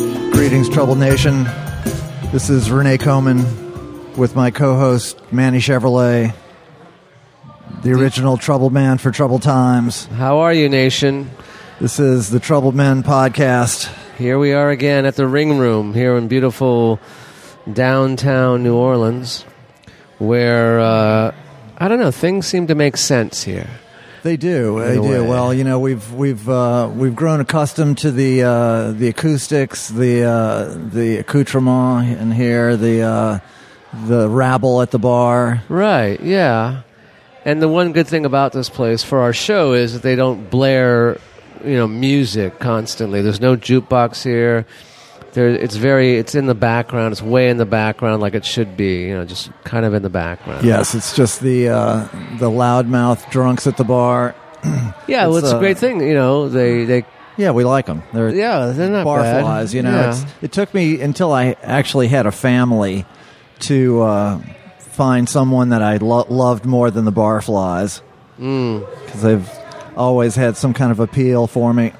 Greetings, Trouble Nation. This is Renee Coman with my co host, Manny Chevrolet, the original Trouble Man for Trouble Times. How are you, nation? This is the Troubled Men Podcast. Here we are again at the Ring Room here in beautiful downtown New Orleans, where uh, I don't know things seem to make sense here. They do. They a do. way. Well, you know, we've we've uh, we've grown accustomed to the uh, the acoustics, the uh, the accoutrement in here, the uh, the rabble at the bar. Right? Yeah. And the one good thing about this place for our show is that they don't blare, you know, music constantly. There's no jukebox here. There, it's very, it's in the background. It's way in the background, like it should be. You know, just kind of in the background. Yes, it's just the uh, the loudmouth drunks at the bar. Yeah, well, It's, it's uh, a great thing. You know, they they Yeah, we like them. They're yeah they're not bar bad. flies. You know, Yeah. it's, it took me until I actually had a family to uh, find someone that I lo- loved more than the bar flies because they've always had some kind of appeal for me.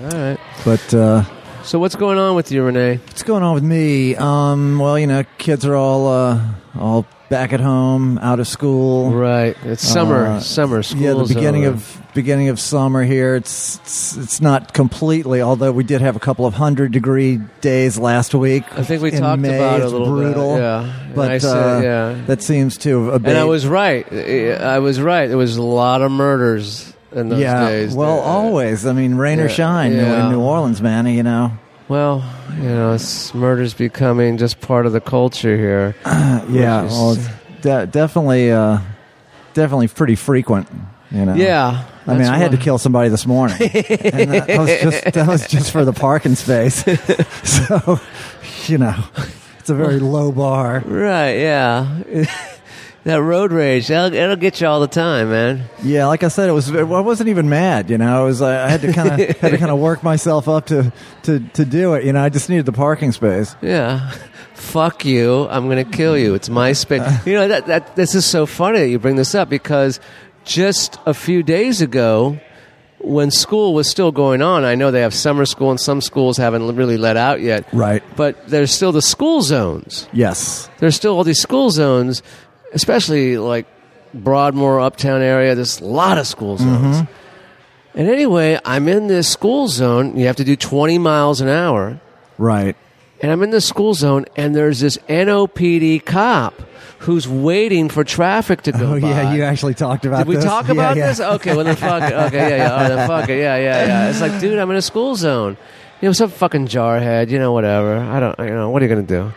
all right. But uh, So what's going on with you, Renee? what's going on with me? Um, well, you know, kids are all uh, all back at home, out of school. Right, it's summer. Uh, summer school. yeah, the beginning of beginning of summer here. It's, it's it's not completely, although we did have a couple of hundred degree days last week. I think we in talked May. about it a It's little bit, brutal. yeah. And but I said, uh, yeah. that seems to have abated. and I was right. I was right. There was a lot of murders in those yeah, days. well, Uh, always. I mean, rain or yeah, shine yeah. in New Orleans, man. You know, Well, you know, it's, murder's becoming just part of the culture here. Uh, yeah, Which is- well, it's de- definitely, uh, definitely pretty frequent. You know, Yeah, I mean, that's I had to why- kill somebody this morning. and that was just that was just for the parking space. so, you know, it's a very low bar. Right? Yeah, that road rage. That'll, that'll get you all the time, man. Yeah, like I said, it was. I wasn't even mad. You know, I was. I had to kind of had to kind of work myself up to to to do it. You know, I just needed the parking space. Yeah. Fuck you. I'm going to kill you. It's my space. You know, that, that, this is so funny that you bring this up because just a few days ago, when school was still going on, I know they have summer school and some schools haven't really let out yet. Right. But there's still the school zones. Yes. There's still all these school zones, especially like Broadmoor, Uptown area. There's a lot of school zones. And anyway, I'm in this school zone. You have to do 20 miles an hour Right. and I'm in the school zone, and there's this NOPD cop who's waiting for traffic to go Oh by. yeah, you actually talked about. Did we this. talk Yeah, about yeah. this? Okay, well then fuck it. Okay, yeah, yeah, all right, then fuck it. Yeah, yeah, yeah. It's like, dude, I'm in a school zone. You know, some fucking jarhead. You know, whatever. I don't. You know, what are you gonna do?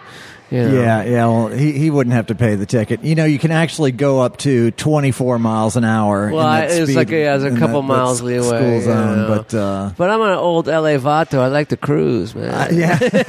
You know. Yeah, yeah. Well, he, he wouldn't have to pay the ticket. You know, you can actually go up to 24 miles an hour. in Well, I, that it was speed- like yeah, it was a in couple that- that miles s- leeway. School you zone, know. but uh, but I'm an old LA vato. I like to cruise, man. uh, yeah. I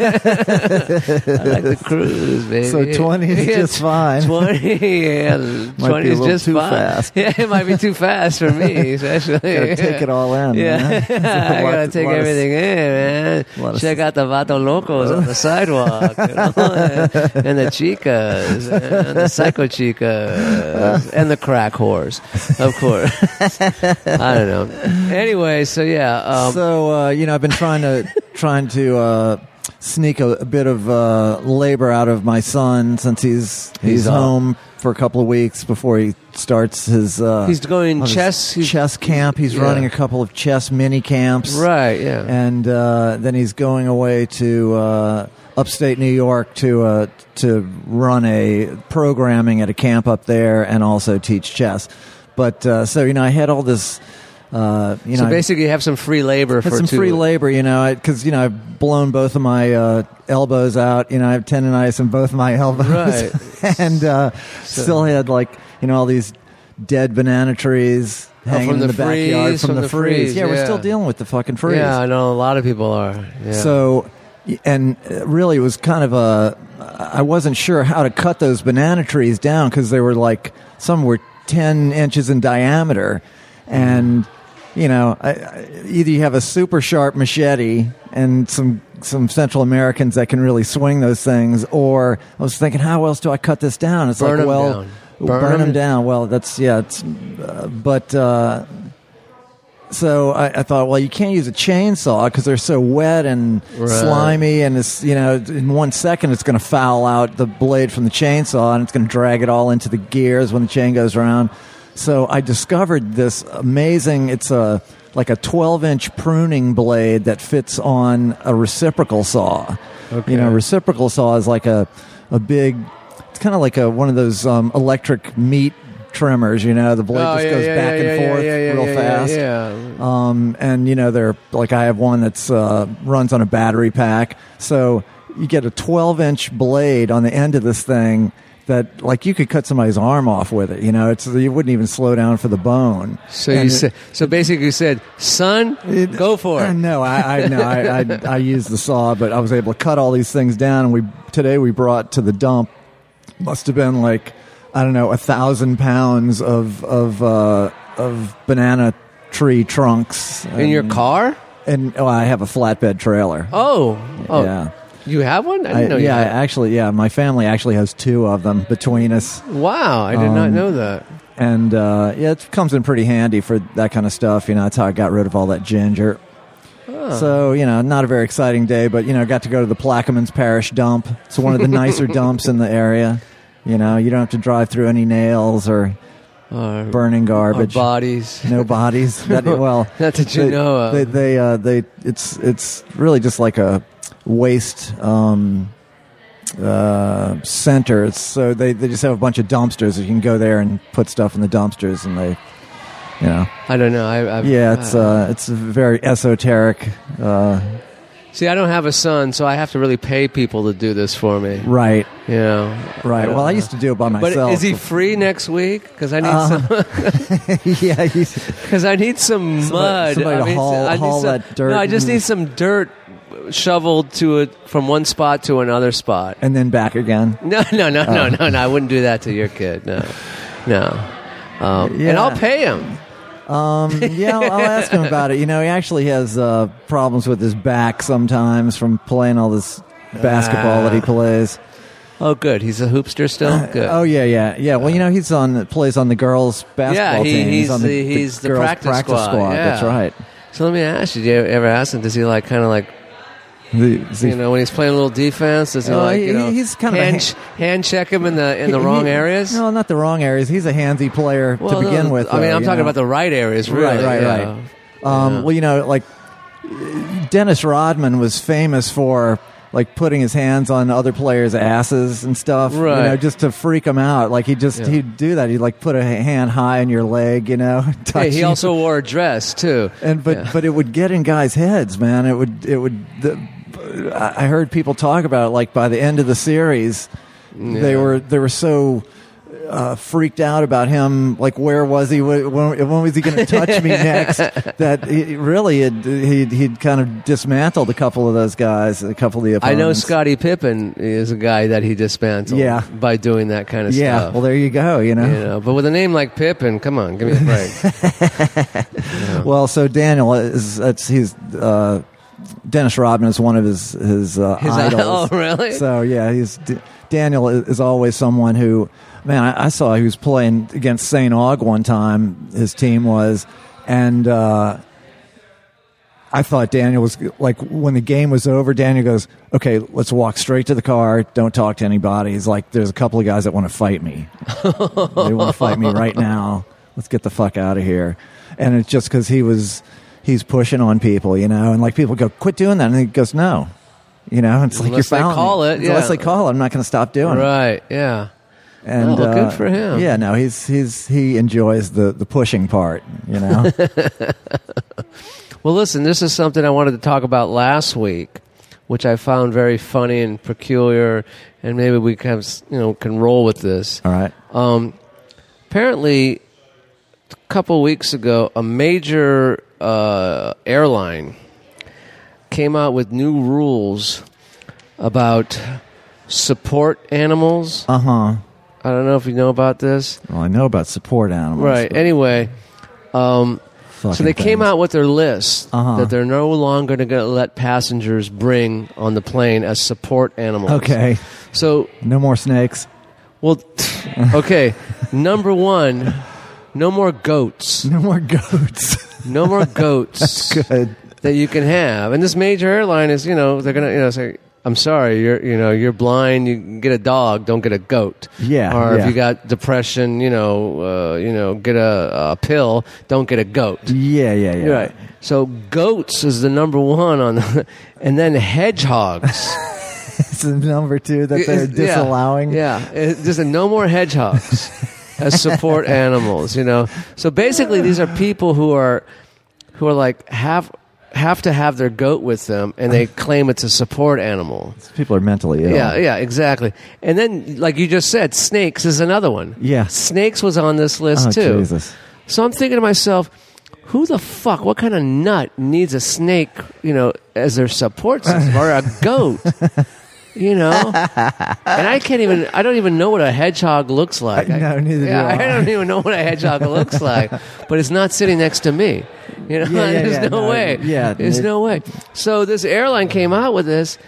like to cruise, baby. So 20 is Yeah, just fine. 20, yeah, be 20 a is little just too fine. fast. Yeah, it might be too fast for me, especially. Gotta take it all in. Yeah, you know? I Lot- gotta take lot of- everything in, lot man. of Check out the vato locos on the sidewalk, you know, and, and the chicas, and the psycho chicas, and the crack whores, of course. I don't know. Anyway, so yeah, um, so uh, you know, I've been trying to trying to uh, sneak a, a bit of uh, labor out of my son since he's he's, He's off. home for a couple of weeks before he starts his. Uh, he's going on his chess. He's, chess camp. He's yeah. running a couple of chess mini camps. right? Yeah. and uh, then he's going away to uh, upstate New York to uh, to run a programming at a camp up there and also teach chess. But uh, so you know, I had all this, uh, you so know, I basically, you have some free labor had for some two free labor, you know, because you know I've blown both of my uh, elbows out. You know, I have tendonitis in both of my elbows, Right. and uh, still had like you know all these dead banana trees. Oh, Hanging from in the the, backyard freeze, from, the, freeze. Yeah, we're yeah. still dealing with the fucking freeze. Yeah, I know a lot of people are. Yeah. So, and uh, really, it was kind of a. I wasn't sure how to cut those banana trees down because they were like some were ten inches in diameter, and you know, I, I, either you have a super sharp machete and some some Central Americans that can really swing those things, or I was thinking, how else do I cut this down? It's Burn like, 'em well, down. burn, Burn 'em- them down. Well, that's yeah, it's, uh, but. Uh, So I, I thought, well, you can't use a chainsaw because they're so wet and Right. slimy, and it's you know, in one second it's going to foul out the blade from the chainsaw, and it's going to drag it all into the gears when the chain goes around. So I discovered this amazing. It's a like a 12 inch pruning blade that fits on a reciprocal saw. Okay. You know, reciprocal saw is like a a big. It's kind of like a one of those um, electric meat trimmers. You know, the blade Oh, just yeah, goes yeah, back yeah, and yeah, forth yeah, yeah, real yeah, fast. Yeah. Um, and you know, they're like I have one that's uh, runs on a battery pack, so you get a 12 inch blade on the end of this thing that like you could cut somebody's arm off with it. You know, it's you wouldn't even slow down for the bone. So And you it- said, so basically you said, son, It- go for it. No, I, I no, I, I, I used the saw, but I was able to cut all these things down. And we today we brought to the dump. Must have been like I don't know a thousand pounds of of uh, of banana tree trunks In your And- car? And oh, I have a flatbed trailer. Oh, oh, Yeah. you have one? I didn't I, know. yeah, you had. actually, yeah, my family actually has two of them between us, Wow, I did not Um, know that. and uh, yeah, it comes in pretty handy for that kind of stuff. You know, that's how I got rid of all that ginger. So you know, not a very exciting day, but you know, got to go to the Plaquemines Parish dump. It's one of the nicer dumps in the area. You know, you don't have to drive through any nails or Our, burning our garbage, Uh, bodies. no bodies. That, well, Not that you they, know of. They, they, uh, they, it's, it's really just like a waste um, uh, center. It's, so they, they just have a bunch of dumpsters. You can go there and put stuff in the dumpsters, and they, you know, I don't know. I, I've, yeah, it's, uh, it's very esoteric. Uh, see, I don't have a son, so I have to really pay people to do this for me. right, You know. right. Well, I used to do it by But myself. is he free next week? Because I need Uh, some. yeah, he's, Because I need some mud. somebody I to mean, haul- I need haul some- that dirt No, I just and- need some dirt shoveled to it from one spot to another spot. and then back again. No, no, no, Oh. no, no, no. I wouldn't do that to your kid. No, no. Um, And Yeah. I'll pay him. Um, yeah, I'll, I'll ask him about it. You know, he actually has uh, problems with his back sometimes from playing all this basketball that he Ah. plays. Oh, good. He's a hoopster still. Good. Oh yeah, yeah, yeah. Well, you know, he's on plays on the girls' basketball he- team. he's on the- he's the girls' practice squad, That's yeah. right. So let me ask you: Do you ever ask him? Does he like kind of like The- the- you know when he's playing a little defense? Does he Oh, like he- you know he's kind of a hand, ha- ch- hand check him in the in the he- wrong he- areas? No, not the wrong areas. He's a handsy player Well, to no, begin with. I mean, though, I'm you talking know? about the right areas, really. Right, right, yeah. right. Um, Well, you know, like Dennis Rodman was famous for like putting his hands on other players' asses and stuff, You Right. know, just to freak them out. Like he just Yeah. he'd do that. He'd like put a hand high on your leg, you know. and touch Hey, he you. also wore a dress too. and but Yeah. but it would get in guys' heads, man. It would it would. The, I I heard people talk about it. Like by the end of the series, they Yeah. were they were so. Uh, freaked out about him, like where was he? When, when was he going to touch me next? That he, really, had, he'd he'd kind of dismantled a couple of those guys, a couple of the I opponents. know Scottie Pippen is a guy that he dismantled Yeah. by doing that kind of Yeah, stuff. well, there you go. You know, you know, but with a name like Pippen, come on, give me a break. Well, so Daniel is that's he's uh, Dennis Rodman is one of his his, uh, His idol- idols. oh, really? So yeah, he's D- Daniel is is always someone who, man, I, I saw he was playing against Saint Aug one time. His team was, and. Uh, I thought Daniel was like when the game was over. Daniel goes, "Okay, let's walk straight to the car. Don't talk to anybody." He's like, "There's a couple of guys that want to fight me. they want to fight me right now. Let's get the fuck out of here." And it's just because he was he's pushing on people, you know, and like people go, "Quit doing that," and he goes, "No." You know, it's like Unless you're they fouling call me. it, Unless yeah. they call it, I'm not going to stop doing it. right? Yeah. And uh, Oh, good for him. Yeah, no, he's he's he enjoys the the pushing part. You know, Well, listen, this is something I wanted to talk about last week, which I found very funny and peculiar, and maybe we kind of you know can roll with this. all right. Um, apparently, a couple weeks ago, a major uh, airline came out with new rules about support animals. Uh huh. I don't know if you know about this. Well, I know about support animals. Right. but Anyway, um, so fucking they came things. out with their list Uh-huh. that they're no longer going to let passengers bring on the plane as support animals. Okay. So No more snakes. Well, t- okay. Number one, no more goats. No more goats. Uh, No more goats Good. that you can have. And this major airline is, you know, they're gonna, you know, say, "I'm sorry, you're, you know, you're blind. You can get a dog, don't get a goat." Yeah, Or yeah. if you got depression, you know, uh, you know, get a, a pill, don't get a goat. Yeah, yeah, yeah. Right. So goats is the number one on, the, and then hedgehogs. It's the number two that they're It's- yeah. disallowing. Yeah, It- just no more hedgehogs as support animals. You know, so basically these are people who are who are like have have to have their goat with them, and they claim it's a support animal. People are mentally ill. Yeah, yeah, exactly. And then, like you just said, snakes is another one. Yeah. snakes was on this list Oh, too. Jesus. So I'm thinking to myself. Who the fuck? What kind of nut needs a snake, you know, as their support system or a goat? You know, and I can't even. I don't even know what a hedgehog looks like. I- no, neither do Yeah, I. I don't even know what a hedgehog looks like. But it's not sitting next to me. You know, Yeah, yeah, there's yeah, no, no, way. yeah, there's it- no way. So this airline came out with this,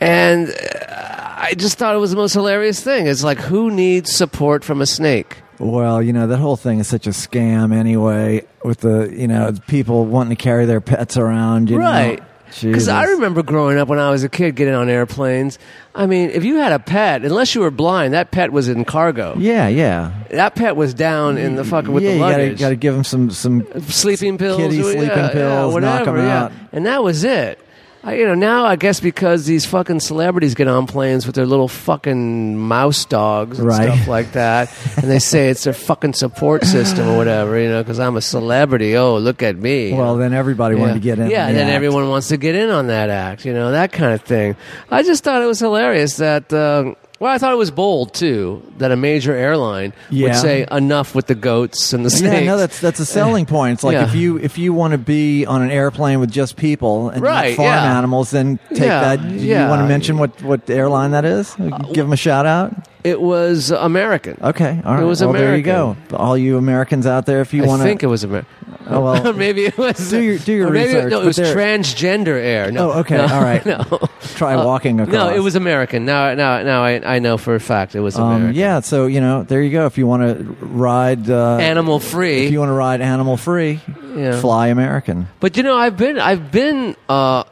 and uh, I just thought it was the most hilarious thing. It's like, who needs support from a snake? Well, you know, that whole thing is such a scam anyway, with the, you know, the people wanting to carry their pets around, you Right. know. Because I Jesus. remember growing up when I was a kid getting on airplanes. I mean, if you had a pet, unless you were blind, that pet was in cargo. Yeah, yeah. That pet was down in the fucking with yeah, the you gotta, luggage. Uh, gotta give them some, some sleeping pills, oh, Kitty yeah, sleeping yeah, pills, knock whatever, 'em yeah. out. And that was it. I, you know, now I guess because these fucking celebrities get on planes with their little fucking mouse dogs and Right. stuff like that, and they say it's their fucking support system or whatever, you know, because I'm a celebrity. Oh, look at me. you Well, know. then everybody wanted to get in. Yeah, on the then act. everyone wants to get in on that act, you know, that kind of thing. I just thought it was hilarious that. Uh, well, I thought it was bold too that a major airline Yeah. would say enough with the goats and the snakes. Yeah, no, that's that's a selling point. It's like Yeah. if you if you want to be on an airplane with just people and Right, not farm yeah. animals, then take Yeah, that. yeah. Uh, You want to mention what what airline that is? Give them a shout out. It was American. Okay, all right. was well, there you go. American. All you Americans out there, if you I want think to, it was American. Oh, well. maybe it was. Do your- do your or maybe it- research, no, but it was there- transgender air. No, Oh, okay, no, all right. No, Uh, try walking across. no, it was American. Now, now, now, I, I know for a fact it was American. Um, yeah, so you know, there you go. If you want to ride, uh, Animal free. if you want to ride animal free, Yeah. fly American. But you know, I've been I've been uh,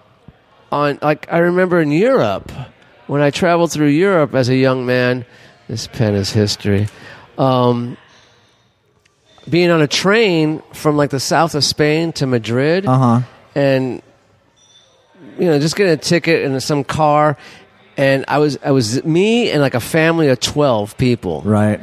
on like I remember in Europe when I traveled through Europe as a young man. This pen is history. Um, being on a train from like the south of Spain to Madrid, Uh huh. and you know just getting a ticket in some car, and I was I was me and like a family of twelve people Right.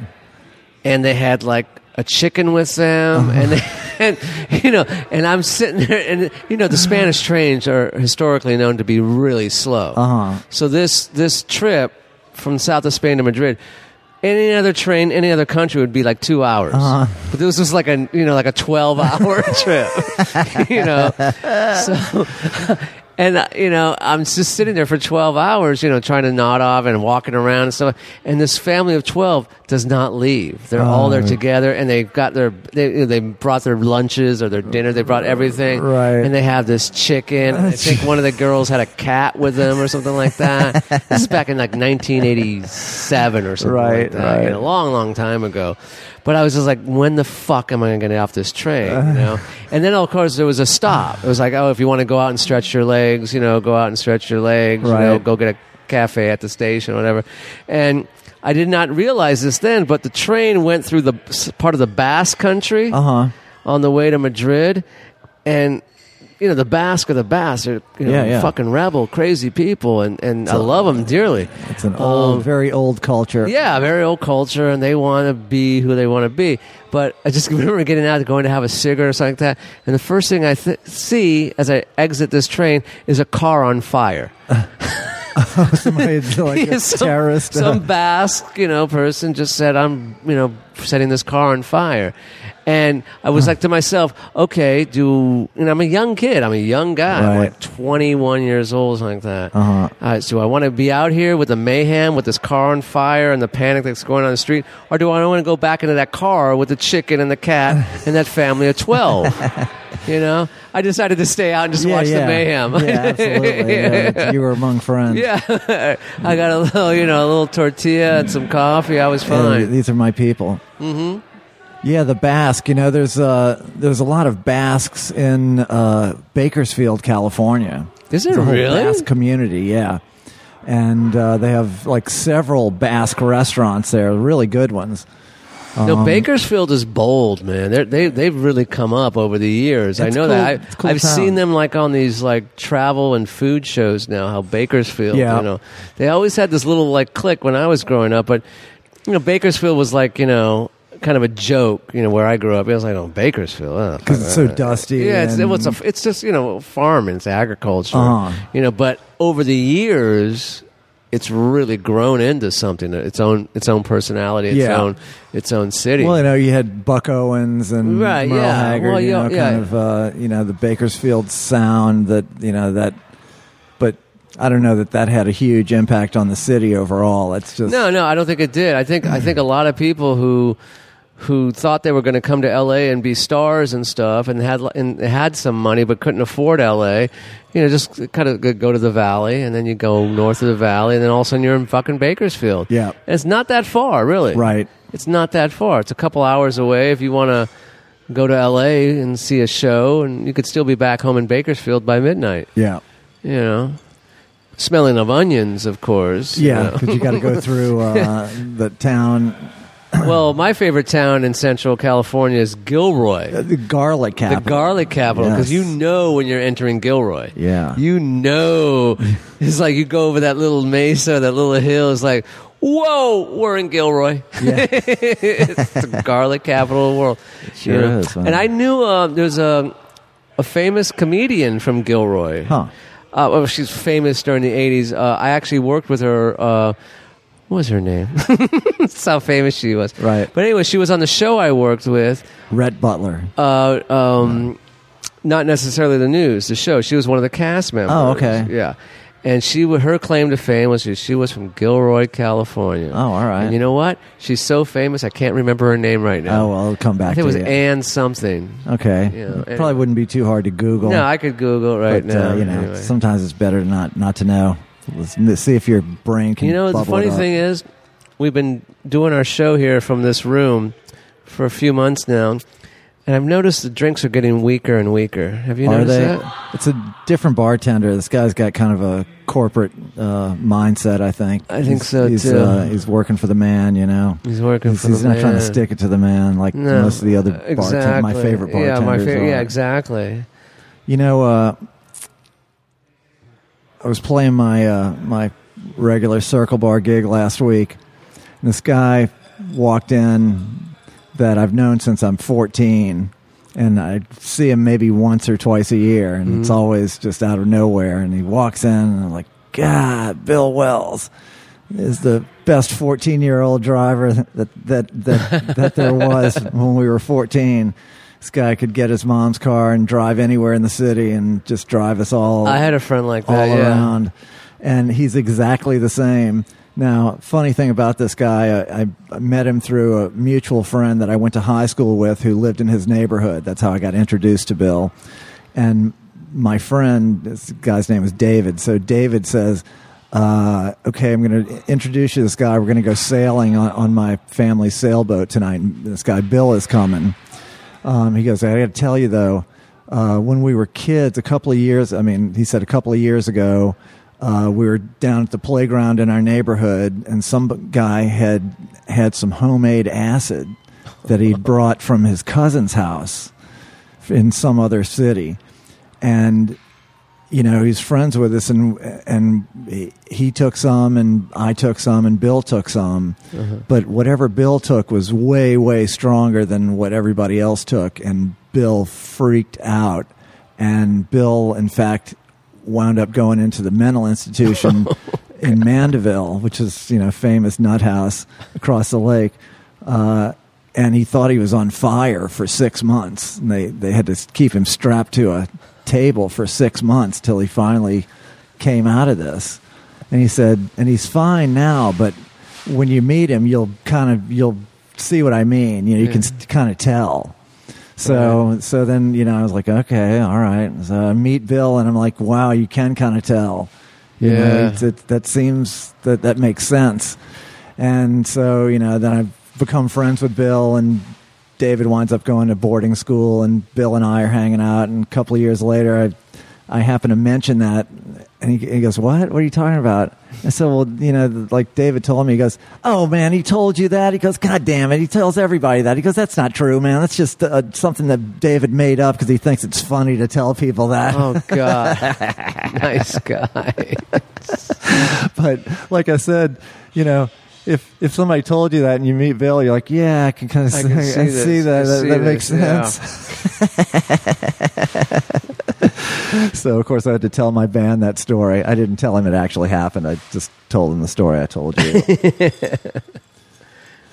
and they had like a chicken with them and, they, and you know and i'm sitting there and you know the spanish trains are historically known to be really slow Uh huh. so this this trip from south of spain to madrid any other train any other country would be like two hours Uh-huh. but this was like a you know like a 12 hour trip you know so and uh, you know i'm just sitting there for 12 hours you know trying to nod off and walking around and stuff and this family of 12 does not leave they're all there Oh. together and they've got their they, they brought their lunches or their dinner they brought everything Right. and they have this chicken i think one of the girls had a cat with them or something like that this is back in like 1987 or something like Right, that you right. know, a long long time ago but i was just like when the fuck am i going to get off this train you know and then of course there was a stop it was like oh if you want to go out and stretch your legs you know go out and stretch your legs you know Right. go get a cafe at the station whatever and i did not realize this then but the train went through the s- part of the basque country Uh huh. on the way to Madrid, and you know the Basque or the Basque are you know, Yeah, yeah. fucking rebel, crazy people, and and I love them dearly. It's an old, Um, very old culture. yeah, very old culture, and they want to be who they want to be. But I just remember getting out, going to have a cigarette or something like that, and the first thing I th- see as I exit this train is a car on fire. Somebody that's like Yeah, a terrorist. some Basque, you know, person just said, "I'm, you know, setting this car on fire," and I was like to myself, "Okay, do?" And I'm a young kid. I'm a young guy. I'm Right. like 21 years old, something like that. Uh-huh. All right, so do I want to be out here with the mayhem, with this car on fire, and the panic that's going on in the street, or do I want to go back into that car with the chicken and the cat and that family of 12? you know, I decided to stay out and just yeah, watch yeah. the mayhem. Yeah, absolutely. yeah. You were among friends. Yeah, I got a little, you know, a little tortilla and some coffee. I was Yeah, fine. Mm-hmm. these are my people. Yeah, the Basque. You know, there's uh, there's a lot of Basques in uh, Bakersfield, California. Is There's it a whole really? Basque community, yeah. And uh, they have like several Basque restaurants there, really good ones. no, Bakersfield is bold, man. They're, they they've really come up over the years. I It's know cool. that. It's I, a cool I've town. seen them like on these like travel and food shows now. How Bakersfield, Yeah. you know, they always had this little like click when I was growing up. But you know, Bakersfield was like you know kind of a joke. You know, where I grew up, it was like oh Bakersfield oh, Because it's so fuck that. dusty Yeah, it's, and- it's a it's just you know farming, it's agriculture. Uh-huh. You know, but over the years. It's really grown into something, its own its own personality, its Yeah. own its own city. Well, you know, you had Buck Owens and Right, Merle yeah. Haggard. Well, you yeah, know, yeah. kind of uh, you know the Bakersfield sound that you know that, but. I don't know that that had a huge impact on the city overall. It's just No, no, I don't think it did. I think I think a lot of people who who thought they were going to come to L.A. and be stars and stuff, and had and had some money but couldn't afford L.A. You know, just kind of go to the Valley, and then you go north of the Valley, and then all of a sudden you're in fucking Bakersfield. Yeah. and it's not that far, really. right. It's not that far. It's a couple hours away if you want to go to L.A. and see a show, and you could still be back home in Bakersfield by midnight. Yeah, You know. Smelling of onions, of course. you yeah, know. because you got to go through uh, the town, Well, my favorite town in Central California is Gilroy, uh, the garlic the capital. garlic capital, because Yes. you know when you're entering Gilroy. Yeah. You know. It's like you go over that little mesa, that little hill. It's like, whoa, we're in Gilroy. it's the garlic capital of the world. Sure is, man. And I knew uh, there's a, a famous comedian from Gilroy. Huh. Uh, well, she's famous during the 80s. Uh, I actually worked with her. Uh, what was her name? That's how famous she was. Right. But anyway, she was on the show I worked with. Rhett Butler. Uh, um, Not necessarily the news, the show. She was one of the cast members. Oh, okay. Yeah. And she, wa- her claim to fame was she, she was from Gilroy, California. Oh, all right. And you know what? She's so famous, I can't remember her name right now. Oh well, I'll come back I think it to was you. Ann something. okay, Yeah, It and- probably wouldn't be too hard to Google. No, I could Google it right but, now. uh, you know, anyway. sometimes it's better not not to know. Let's n- see if your brain can. You know, the bubble funny it up. thing is, we've been doing our show here from this room for a few months now, and I've noticed the drinks are getting weaker and weaker. Have you are noticed they? that? It's a different bartender. This guy's got kind of a corporate uh, mindset. I think. I think He's- so, he's, too. Uh, he's working for the man. You know. He's working He's, for the he's not trying to man. stick it to the man like No, most of the other bartenders. My exactly. favorite bartenders Yeah, my fa- are. yeah, exactly. You know, uh, I was playing my uh, my regular circle bar gig last week, and this guy walked in that I've known since I'm 14, and I see him maybe once or twice a year, and it's always just out of nowhere. And he walks in, and I'm like, God, Bill Wells is the best 14 year old driver that that that, that there was when we were 14. This guy could get his mom's car and drive anywhere in the city and just drive us all I had a friend like all that. yeah. around, and he's exactly the same. Now, funny thing about this guy, I, I met him through a mutual friend that I went to high school with who lived in his neighborhood. That's how I got introduced to Bill. And my friend, this guy's name is David. So David says, uh, okay, I'm going to introduce you to this guy. We're going to go sailing on, on my family sailboat tonight. And this guy, Bill, is coming. Um, he goes, I got to tell you though, uh, when we were kids, a couple of years, I mean, he said a couple of years ago, uh, we were down at the playground in our neighborhood and some guy had had some homemade acid that he'd brought from his cousin's house in some other city. And you know, he's friends with us, and and he, he took some, and I took some, and Bill took some, but whatever Bill took was way way stronger than what everybody else took, and Bill freaked out, and Bill, in fact, wound up going into the mental institution in Mandeville, which is you know famous nut house across the lake. Uh, and he thought he was on fire for six months. And they, they had to keep him strapped to a table for six months till he finally came out of this. And he said, and he's fine now, but when you meet him, you'll kind of you'll see what I mean. You know, you can Yeah. s- kind of tell. So so then you know I was like, okay, all right. So I meet Bill, and I'm like, wow, you can kind of tell. You Yeah. know, it's- it- that seems that that makes sense. And so, you know, then I've become friends with Bill and David winds up going to boarding school, and Bill and I are hanging out. And a couple of years later, I I happen to mention that, and he, he goes, "What? What are you talking about?" I said, "Well, you know, like David told me." He goes, "Oh man, he told you that." He goes, "God damn it!" He tells everybody that. He goes, "That's not true, man. That's just uh, something that David made up because he thinks it's funny to tell people that." Oh God, nice guy. but like I said, you know, if if somebody told you that and you meet Bill, you're like, "Yeah, I can kind of I see, can see I this. see that. I that, see that makes this, sense." so of course I had to tell my band that story. I didn't tell him it actually happened. I just told him the story I told you.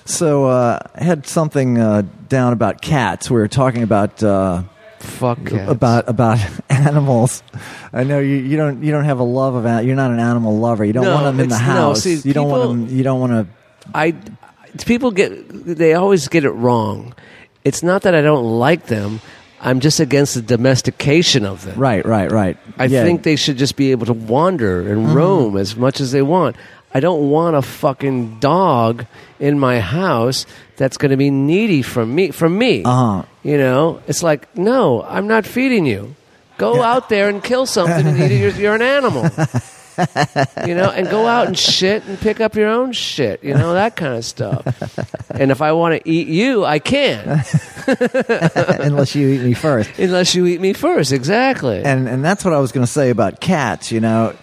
So uh, I had something uh, down about cats. We were talking about uh, Fuck cats. about about animals. I know you, you don't you don't have a love of an- you're not an animal lover. You don't No, want them in the it's- no, house. see, you don't want people- them. You don't want to. I people get they always get it wrong. It's not that I don't like them. I'm just against the domestication of them. Right, right, right. I Yeah. Mm-hmm. think they should just be able to wander and roam as much as they want. I don't want a fucking dog in my house that's going to be needy from me. From me, Uh-huh. you know, it's like no, I'm not feeding you. Go out there and kill something and eat it. You're, you're an animal, you know, and go out and shit and pick up your own shit, you know, that kind of stuff. And if I want to eat you, I can, unless you eat me first. unless you eat me first. Exactly. And and that's what I was going to say about cats. You know,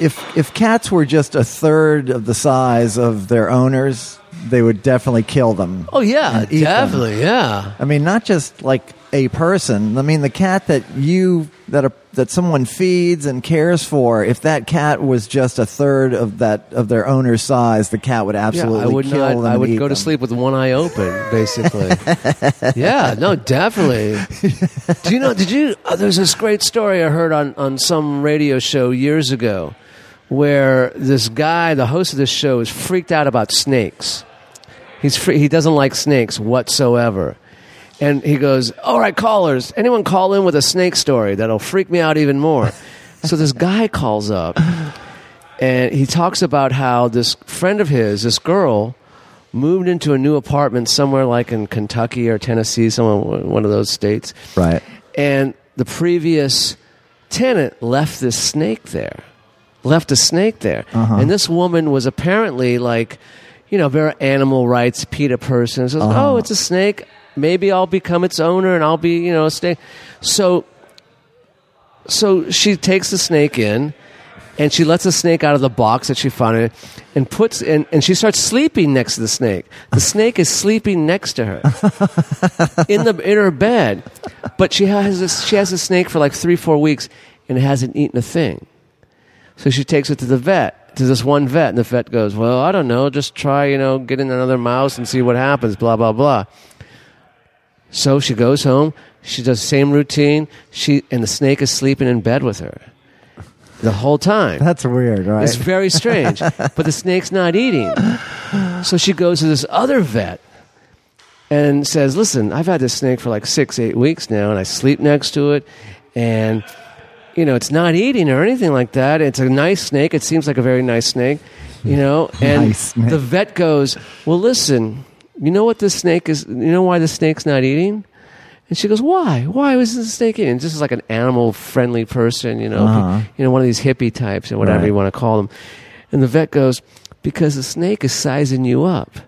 if if cats were just a third of the size of their owners, they would definitely kill them. oh yeah, and eat them. definitely, yeah. I mean, not just like a person. I mean, the cat that you that a, that someone feeds and cares for. If that cat was just a third of that of their owner's size, the cat would absolutely I would kill not. them. I and would eat go to them. sleep with one eye open, basically. yeah, no, definitely. Do you know? Did you? Oh, there's this great story I heard on on some radio show years ago, where this guy, the host of this show, is freaked out about snakes. He's free, he doesn't like snakes whatsoever. And he goes, "All right, callers, anyone call in with a snake story that'll freak me out even more." so this guy calls up, and he talks about how this friend of his, this girl, moved into a new apartment somewhere like in Kentucky or Tennessee, somewhere one of those states, Right. and the previous tenant left this snake there left a snake there and this woman was apparently like you know very animal rights peta person so oh it's a snake maybe i'll become its owner and i'll be you know a snake so so she takes the snake in and she lets the snake out of the box that she found it and puts and, and she starts sleeping next to the snake the snake is sleeping next to her in the in her bed, but she has this, she has a snake for like three four weeks and hasn't eaten a thing. So she takes it to the vet to this one vet, and the vet goes, "Well, I don't know, just try you know getting another mouse and see what happens." Blah blah blah. So she goes home. She does the same routine. She and the snake is sleeping in bed with her the whole time. That's weird, right? It's very strange. but the snake's not eating. So she goes to this other vet and says, Listen, I've had this snake for like six, eight weeks now, and I sleep next to it, and you know, it's not eating or anything like that. It's a nice snake. It seems like a very nice snake, you know. And Nice snake. the vet goes, Well, listen, you know what this snake is, you know why the snake's not eating? And she goes, Why? Why was the snake eating? And this is like an animal friendly person, you know, Uh-huh. you know, one of these hippie types or whatever Right. you want to call them. And the vet goes, Because the snake is sizing you up.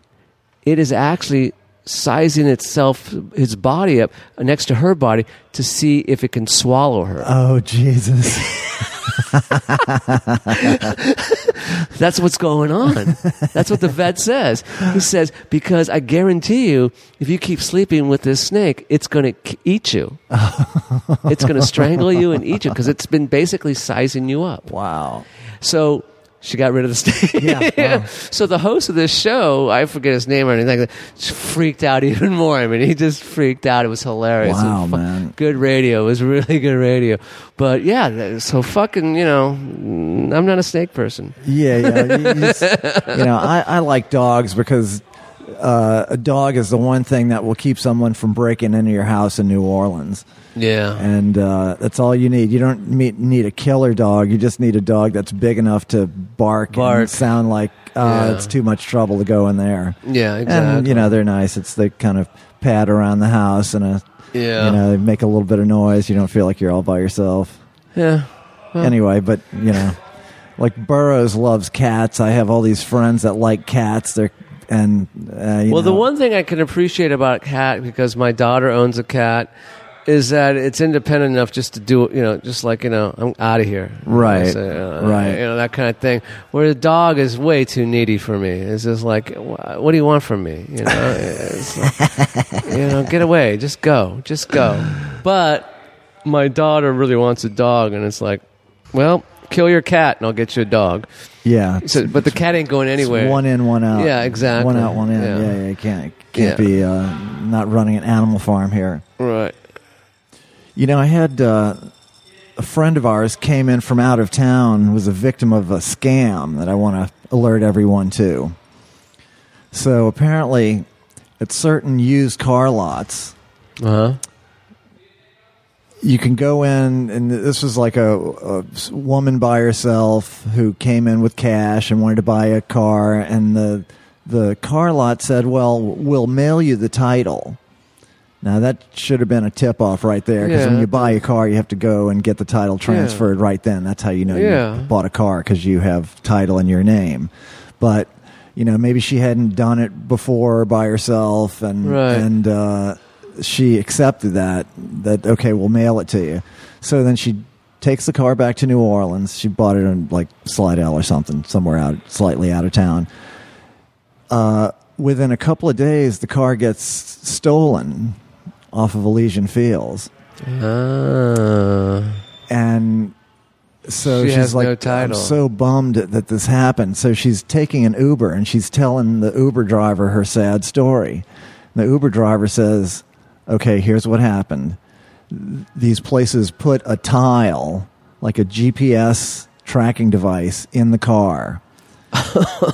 It is actually sizing itself, its body up next to her body to see if it can swallow her. oh Jesus! That's what's going on. That's what the vet says. He says, because I guarantee you, if you keep sleeping with this snake, it's going to k- eat you. it's going to strangle you and eat you because it's been basically sizing you up. Wow. So she got rid of the snake. Yeah, wow. so the host of this show, I forget his name or anything, freaked out even more. I mean, he just freaked out. It was hilarious. Wow, And fu- man. Good radio. It was really good radio. But yeah, that- so fucking, you know, I'm not a snake person. Yeah, yeah. You, you just- you know, I, I like dogs because uh, a dog is the one thing that will keep someone from breaking into your house in New Orleans, Yeah. and uh, that's all you need. You don't meet, need a killer dog. You just need a dog that's big enough to bark, Bark. and sound like uh, Yeah. it's too much trouble to go in there. Yeah, exactly. And you know, they're nice. It's the kind of pad around the house and a Yeah. you know they make a little bit of noise. You don't feel like you're all by yourself. Yeah. Well, Anyway, but you know, like Burroughs loves cats. I have all these friends that like cats. They're and uh, you well, the know, one thing I can appreciate about a cat because my daughter owns a cat is that it's independent enough just to do you know just like you know I'm out of here Right. So, uh, Right. you know that kind of thing where the dog is way too needy for me it's just like wh- what do you want from me you know It's like, you know get away just go just go but my daughter really wants a dog and it's like well kill your cat and I'll get you a dog yeah, it's- so but the cat ain't going it's anywhere one in, one out. Yeah, exactly. One out, one in. Yeah. Yeah, yeah, you can't can't Yeah. be uh, not running an animal farm here. right You know, I had uh, a friend of ours came in from out of town, was a victim of a scam that I want to alert everyone to. So apparently, at certain used car lots, Uh-huh. uh huh you can go in, and this was like a, a s- woman by herself who came in with cash and wanted to buy a car, and the the car lot said, "Well, we'll mail you the title." Now that should have been a tip off right there because Yeah. when you buy a car, you have to go and get the title transferred right then. That's how you know Yeah. you bought a car because you have title in your name. But you know, maybe she hadn't done it before by herself, and Right. and and uh, she accepted that that okay we'll mail it to you so then she takes the car back to new orleans she bought it in like slidell or something somewhere out slightly out of town uh, within a couple of days the car gets stolen off of elysian fields Ah. and so She she's has like, no title. I'm so bummed that this happened. So she's taking an Uber and she's telling the Uber driver her sad story. And the Uber driver says, Okay, here's what happened. These places put a tile, like a GPS tracking device, in the car.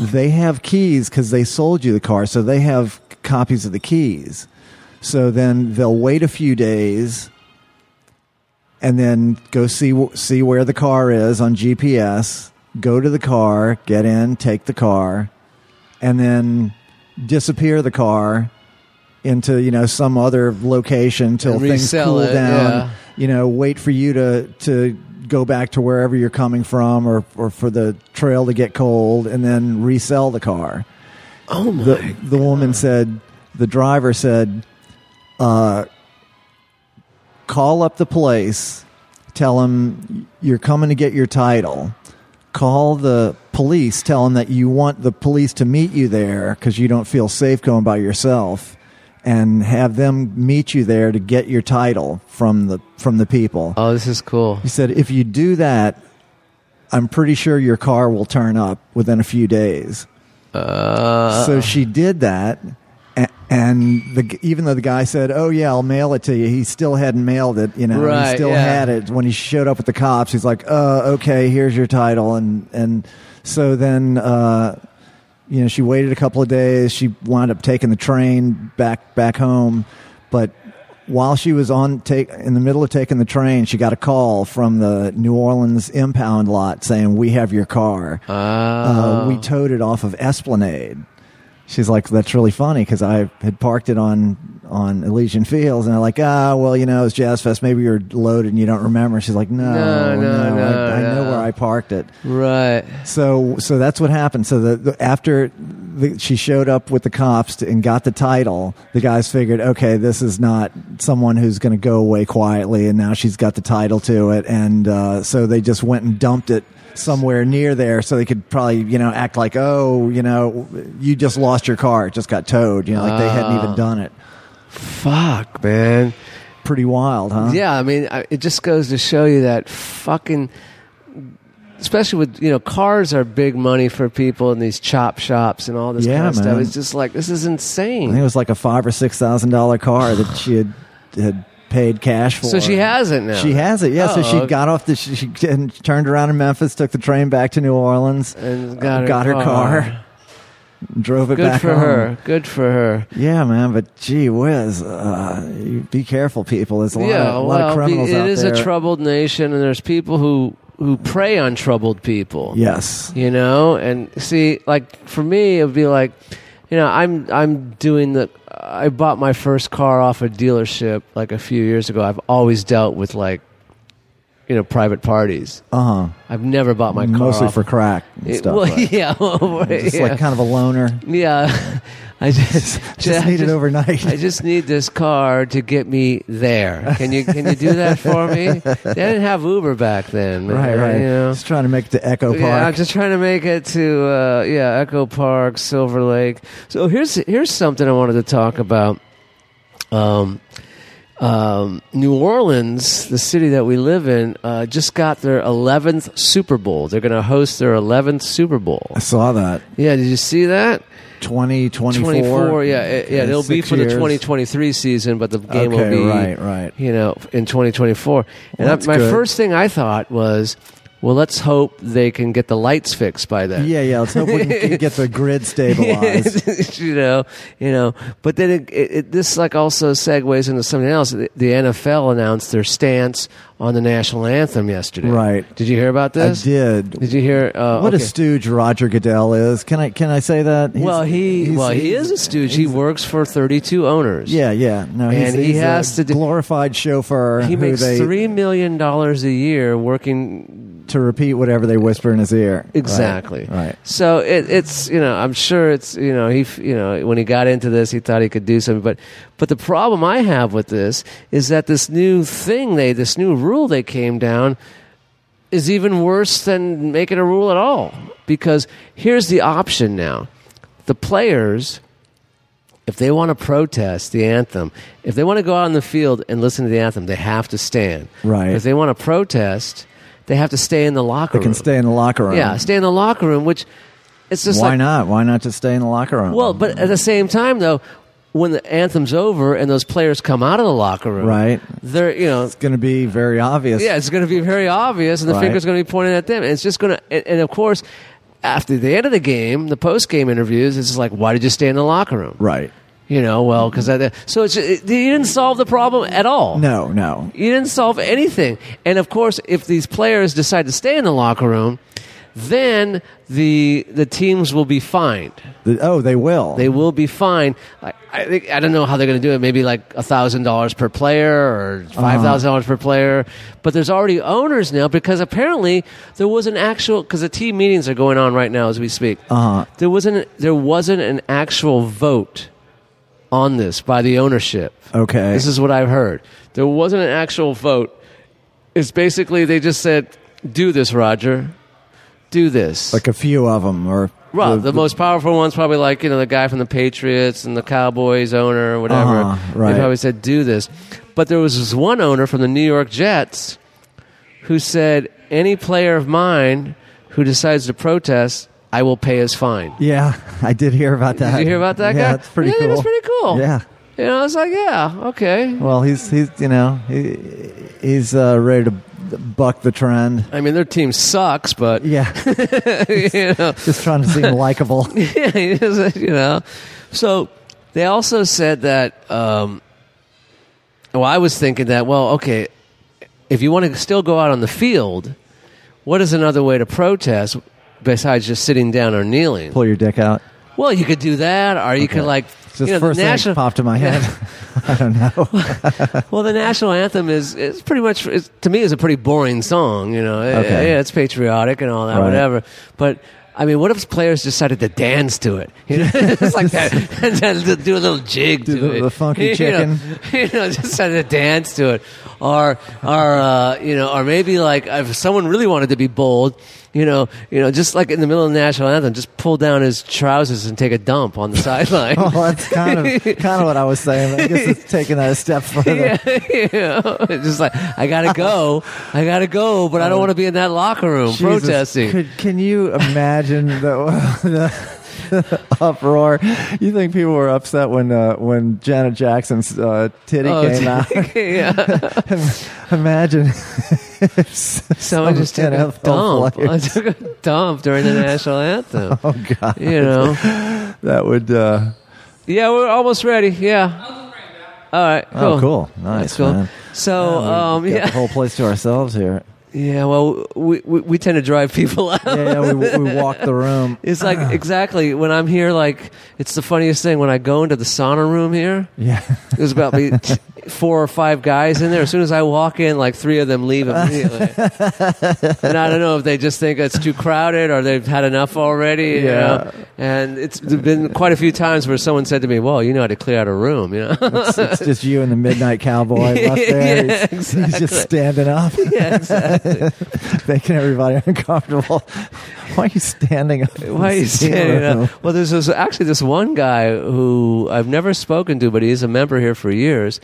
they have keys because they sold you the car, so they have copies of the keys. So then they'll wait a few days and then go see see where the car is on GPS. Go to the car, get in, take the car, and then disappear the car into you know some other location till And things resell cool it, down. yeah. You know, wait for you to to go back to wherever you're coming from, or or for the trail to get cold, and then resell the car Oh my. the the woman said the driver said uh, call up the place tell them you're coming to get your title call the police tell them that you want the police to meet you there because you don't feel safe going by yourself and have them meet you there to get your title from the from the people oh, this is cool. he said if you do that i'm pretty sure your car will turn up within a few days Uh, so she did that, a- and the, g- even though the guy said, "Oh yeah, I'll mail it to you," he still hadn't mailed it. You know, and Right, he still yeah. had it when he showed up with the cops. He's like, "Uh, okay, here's your title," and and so then. Uh, you know, she waited a couple of days. She wound up taking the train back back home, but while she was on take in the middle of taking the train, she got a call from the New Orleans impound lot saying, "We have your car." uh, Um, we towed it off of Esplanade. She's like, that's really funny because I had parked it on on Elysian Fields, and I'm like, ah, well, you know, it's Jazz Fest. Maybe you're loaded and you don't remember. She's like, no, no, No, no, no, I, I know no." where I parked it. right. So, so that's what happened. So, the, the, after the, she showed up with the cops to, and got the title, the guys figured, okay, this is not someone who's going to go away quietly, and now she's got the title to it, and uh, so they just went and dumped it somewhere near there, so they could probably, you know, act like, oh, you know, you just lost your car, it just got towed, you know, like they hadn't Ah. even done it. Fuck, man. Pretty wild, huh? Yeah, I mean, I, it just goes to show you that fucking. Especially with you know, cars are big money for people in these chop shops and all this Yeah, kind of stuff. man. It's just like this is I think it insane. was like a five or six thousand dollar car that she had had paid cash for. So she has it now. She has it, yeah. so Oh, she okay. got off the she, she and turned around in Memphis, took the train back to New Orleans, and got her got her car. car, drove it Good back for home. her. Good for her. Yeah, man. But gee whiz, uh, you be careful, people. There's a lot, yeah, of, a lot well, of criminals be- out it is there. a troubled nation, and there's people who who prey on troubled people. yes, you know and see like for me it would be like you know, I'm I'm doing the. I bought my first car off a dealership like a few years ago. I've always dealt with like, you know, private parties. Uh huh. I've never bought my car Mostly off- for crack and It- stuff. well, right? yeah, well, Just yeah. like kind of a loner. yeah. I just Just I need it overnight. I just need this car to get me there. Can you can you do that for me? They didn't have Uber back then. man, Right, right. You know? Just trying to make it to Echo Park. Yeah, I'm just trying to make it to uh, yeah Echo Park, Silver Lake. So here's here's something I wanted to talk about. Um, um, New Orleans, the city that we live in, uh, just got their 11th Super Bowl. They're going to host their 11th Super Bowl. I saw that. Yeah, did you see that? 20, 24. 24 yeah, it, yeah. Okay, It'll be six for years. the 2023 season, but the game Okay, will be right, right. you know, in 2024. And Well, that's I, my good. first thing I thought was, well, let's hope they can get the lights fixed by then. Yeah, yeah. Let's hope we can get the grid stabilized. you know, you know, but then it, it, it, this like also segues into something else. The, the NFL announced their stance on the national anthem yesterday. Right. Did you hear about I this? did. Did you hear? Uh, What okay. a stooge Roger Goodell is. Can I can I say that? He's- well, he he's- well he he's- is a stooge. He works for 32 owners. Yeah, yeah. No, he's, And he he's a has to do- glorified chauffeur He who makes they three million dollars a year working to repeat whatever they whisper in his ear. Right, exactly. Right. So it, it's you know I'm sure it's you know he f- you know when he got into this he thought he could do something but but the problem I have with this is that this new thing they this new rule they came down is even worse than making a rule at all because here's the option now the players if they want to protest the anthem if they want to go out on the field and listen to the anthem they have to stand Right. if they want to protest they have to stay in the locker They can room stay in the locker room. yeah, stay in the locker room, which it's just Why like not? Why not just stay in the locker room? well, but at the same time though, when the anthem's over and those players come out of the locker room, right. They're you know It's going to be very obvious. yeah, it's going to be very obvious, and the Right. finger's going to be pointed at them. And it's just going to, and, and of course, after the end of the game, the post game interviews, it's just like, why did you stay in the locker room? Right. You know, well, because so it's it, you didn't solve the problem at all. No, no. You didn't solve anything. And of course, if these players decide to stay in the locker room, then the the teams will be fined. The- oh, they will. They will be fined. I, I think I don't know how they're going to do it. Maybe like thousand dollars per player or five thousand dollars per player. But there's already owners now because apparently there was an actual because the team meetings are going on right now as we speak. Uh-huh. There wasn't there wasn't an actual vote on this by the ownership. okay. This is what I've heard. There wasn't an actual vote. It's basically they just said, "Do this, Roger. Do this." like a few of them, or Well, the, most powerful one's probably like you know the guy from the Patriots and the Cowboys owner or whatever. Uh-huh, right. They probably said, "Do this," but there was this one owner from the New York Jets who said, "Any player of mine who decides to protest, I will pay his fine." yeah, I did hear about that. Did you hear about that yeah, guy? That's pretty yeah, I cool. think that's pretty cool. Yeah. You know, I was like, yeah, okay. Well, he's he's you know he, he's uh, ready to buck the trend. I mean, their team sucks, but Yeah, you know, just trying to seem likable. yeah, he was, you know. So they also said that. Um, well, I was thinking that. Well, okay, if you want to still go out on the field, what is another way to protest besides just sitting down or kneeling? Pull your dick out. Well, you could do that, or you could like It's just you know, the first thing national. that popped in my head. I don't know. Well, the national anthem is it's pretty much it's, to me is a pretty boring song. You know, Okay. yeah, it's patriotic and all that, Right. whatever. But I mean, what if players decided to dance to it? You know, it's like that, and then to do a little jig Do to the- it. the funky You know, chicken. you know, just decided to dance to it, or or uh, you know, or maybe like if someone really wanted to be bold. You know, you know, just like in the middle of the national anthem, just pull down his trousers and take a dump on the sideline. Well, Oh, that's kind of kind of what I was saying. but I guess it's taking that a step further. yeah, you know, it's just like I gotta go, I gotta go, but I don't want to be in that locker room Jesus, protesting. Could, can you imagine the, the uproar? You think people were upset when uh, when Janet Jackson's uh, titty Oh, came out? yeah, imagine. someone just took a NFL dump. I players. took a dump during the national anthem. Oh God, You know, that would. Uh, yeah, we're almost ready. Yeah. All right. Cool. Oh, cool. Nice, That's cool. man. Oh, So, We've got um, yeah. the whole place to ourselves here. Yeah, well, we, we, we tend to drive people out. Yeah, yeah we, we walk the room. It's like exactly when I'm here. Like it's the funniest thing when I go into the sauna room here. Yeah. There's about be four or five guys in there. As soon as I walk in, like three of them leave immediately. and I don't know if they just think it's too crowded or they've had enough already. You Yeah. know? And it's there've been quite a few times where someone said to me, "Well, you know how to clear out a room, you know." It's, it's just you and the Midnight Cowboy left there. Yeah, He's- he's, just standing up, yeah, exactly. making everybody uncomfortable. Why are you standing up? in Why are you the standing room? up? Well, there's this, actually this one guy who I've never spoken to, but he's a member here for years.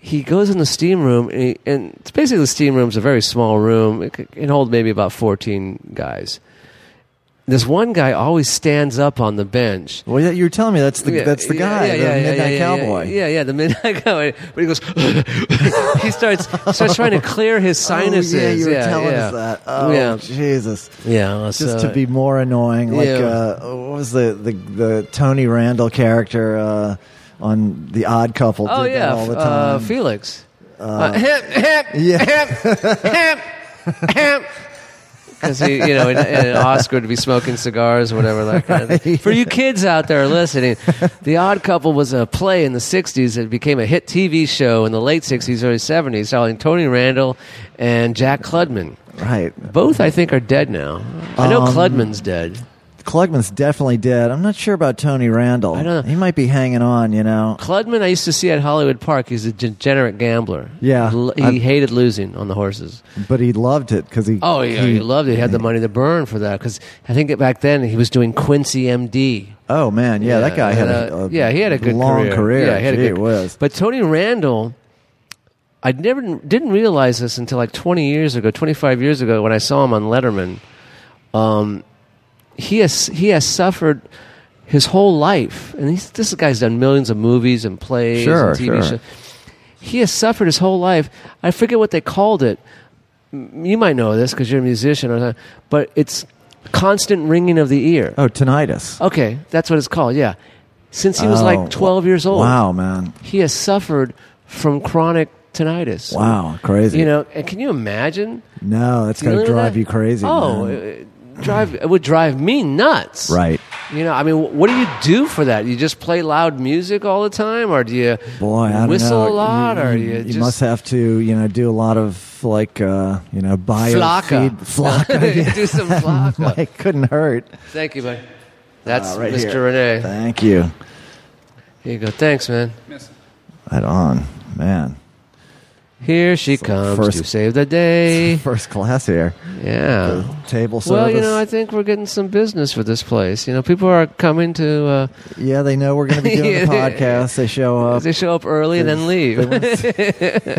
He goes in the steam room, and, he, and it's basically the steam room's a very small room. It c- can hold maybe about 14 guys. This one guy always stands up on the bench. Well, yeah, you were telling me that's the Yeah, that's the yeah, guy, yeah, the yeah, yeah, Midnight yeah, Cowboy. Yeah, yeah, the midnight cowboy. But he goes, he starts starts trying to clear his sinuses. Oh, yeah, you were yeah, telling yeah. us that. Oh, yeah, Jesus. yeah. Just so- to be more annoying, like Yeah. uh, what was the, the the Tony Randall character uh, on The Odd Couple? Oh did that yeah, all the f- time. Uh, Felix. Uh, hip, hip, Yeah. hip, hip, hip. Because he, you know, and, and Oscar would be smoking cigars, or whatever. That kind of thing. For you kids out there listening, The Odd Couple was a play in the '60s that became a hit TV show in the late '60s, early '70s, starring Tony Randall and Jack Kludman. right. Both, I think, are dead now. I know Um, Kludman's dead. Klugman's definitely dead. I'm not sure about Tony Randall. I don't know. He might be hanging on. You know. Kludman, I used to see at Hollywood Park. He's a degenerate gambler. Yeah. L- he I've- hated losing on the horses. But he loved it because he. Oh, yeah, he, Mm. loved it. He had the money to burn for that because I think that back then he was doing Quincy MD. Oh man, yeah, that guy had and, a, uh, a yeah, he had a good long career. career. Yeah, he had Gee a good whiz. But Tony Randall, I never didn't realize this until like 20 years ago, 25 years ago when I saw him on Letterman. Um, he has he has suffered his whole life, and he's, this guy's done millions of movies and plays Sure, and TV sure. shows. He has suffered his whole life. I forget what they called it. M- You might know this because you're a musician, or something, but it's constant ringing of the ear. Oh, tinnitus. Okay, that's what it's called. Yeah, since he was Oh, like 12 years old, Wow, man. he has suffered from chronic tinnitus. Wow, crazy. You know, and can you imagine? no, that's dealing gonna with drive that? you crazy. Oh, man. it, it drive it would drive me nuts. right. You know, I mean, wh- what do you do for that? You just play loud music all the time, or do you Boy, I don't whistle know. a lot, or you, just must have to, you know, do a lot of like, uh, you know, bio Flocka. feed- flocka. yeah. do some flocka? Like, couldn't hurt. Thank you, buddy. That's Uh, right Mr. here. Renee. Thank you. Here you go. Thanks, man. Right on, man. Here she comes first- to save the day. First class here. Yeah. Table service. Eh. Well, you know, I think we're getting some business for this place. You know, people are coming to. Uh, yeah, they know we're going to be doing the Yeah. podcast. They show up. they show up early and then leave.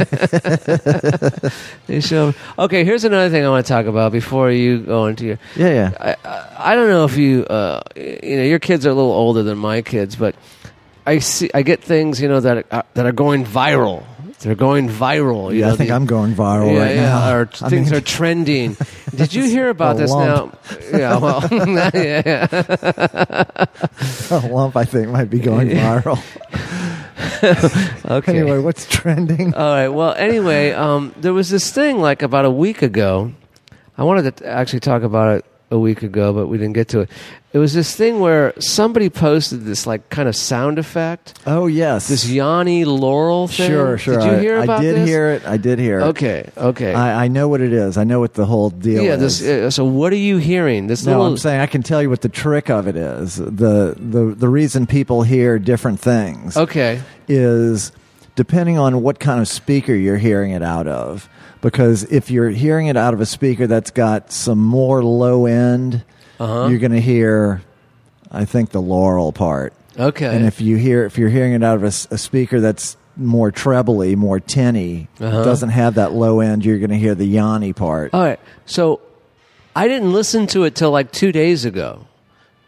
they show. Up. Okay, here's another thing I want to talk about before you go into your. Yeah, yeah. I, I, I don't know if you, uh, you know, your kids are a little older than my kids, but I see, I get things, you know, that are, that are going viral. They're going viral. You yeah, know, I think the- I'm going viral yeah, right yeah, now. Or I things mean, are trending. Did you hear about a this lump. now? Yeah, well, yeah, yeah. a lump, I think, might be going viral. Okay. Uh, Anyway, what's trending? All right. Well, anyway, um, there was this thing like about a week ago. I wanted to actually talk about it a week ago, but we didn't get to it. It was this thing where somebody posted this like kind of sound effect, oh, yes. this Yanni Laurel thing. sure, sure. Did you I- hear about I did this? hear it. I did hear it. Okay. Okay. I, I know what it is. I know what the whole deal yeah. is. This. Uh, so, what are you hearing? This no, little. I'm saying I can tell you what the trick of it is. The the the reason people hear different things okay. is depending on what kind of speaker you're hearing it out of. Because if you're hearing it out of a speaker that's got some more low end, Uh-huh. you're going to hear, I think, the Laurel part. Okay. And if you hear, if you're hearing it out of a, s- a speaker that's more trebly, more tinny, Uh-huh. doesn't have that low end, you're going to hear the Yanni part. All right. So I didn't listen to it till like two days ago,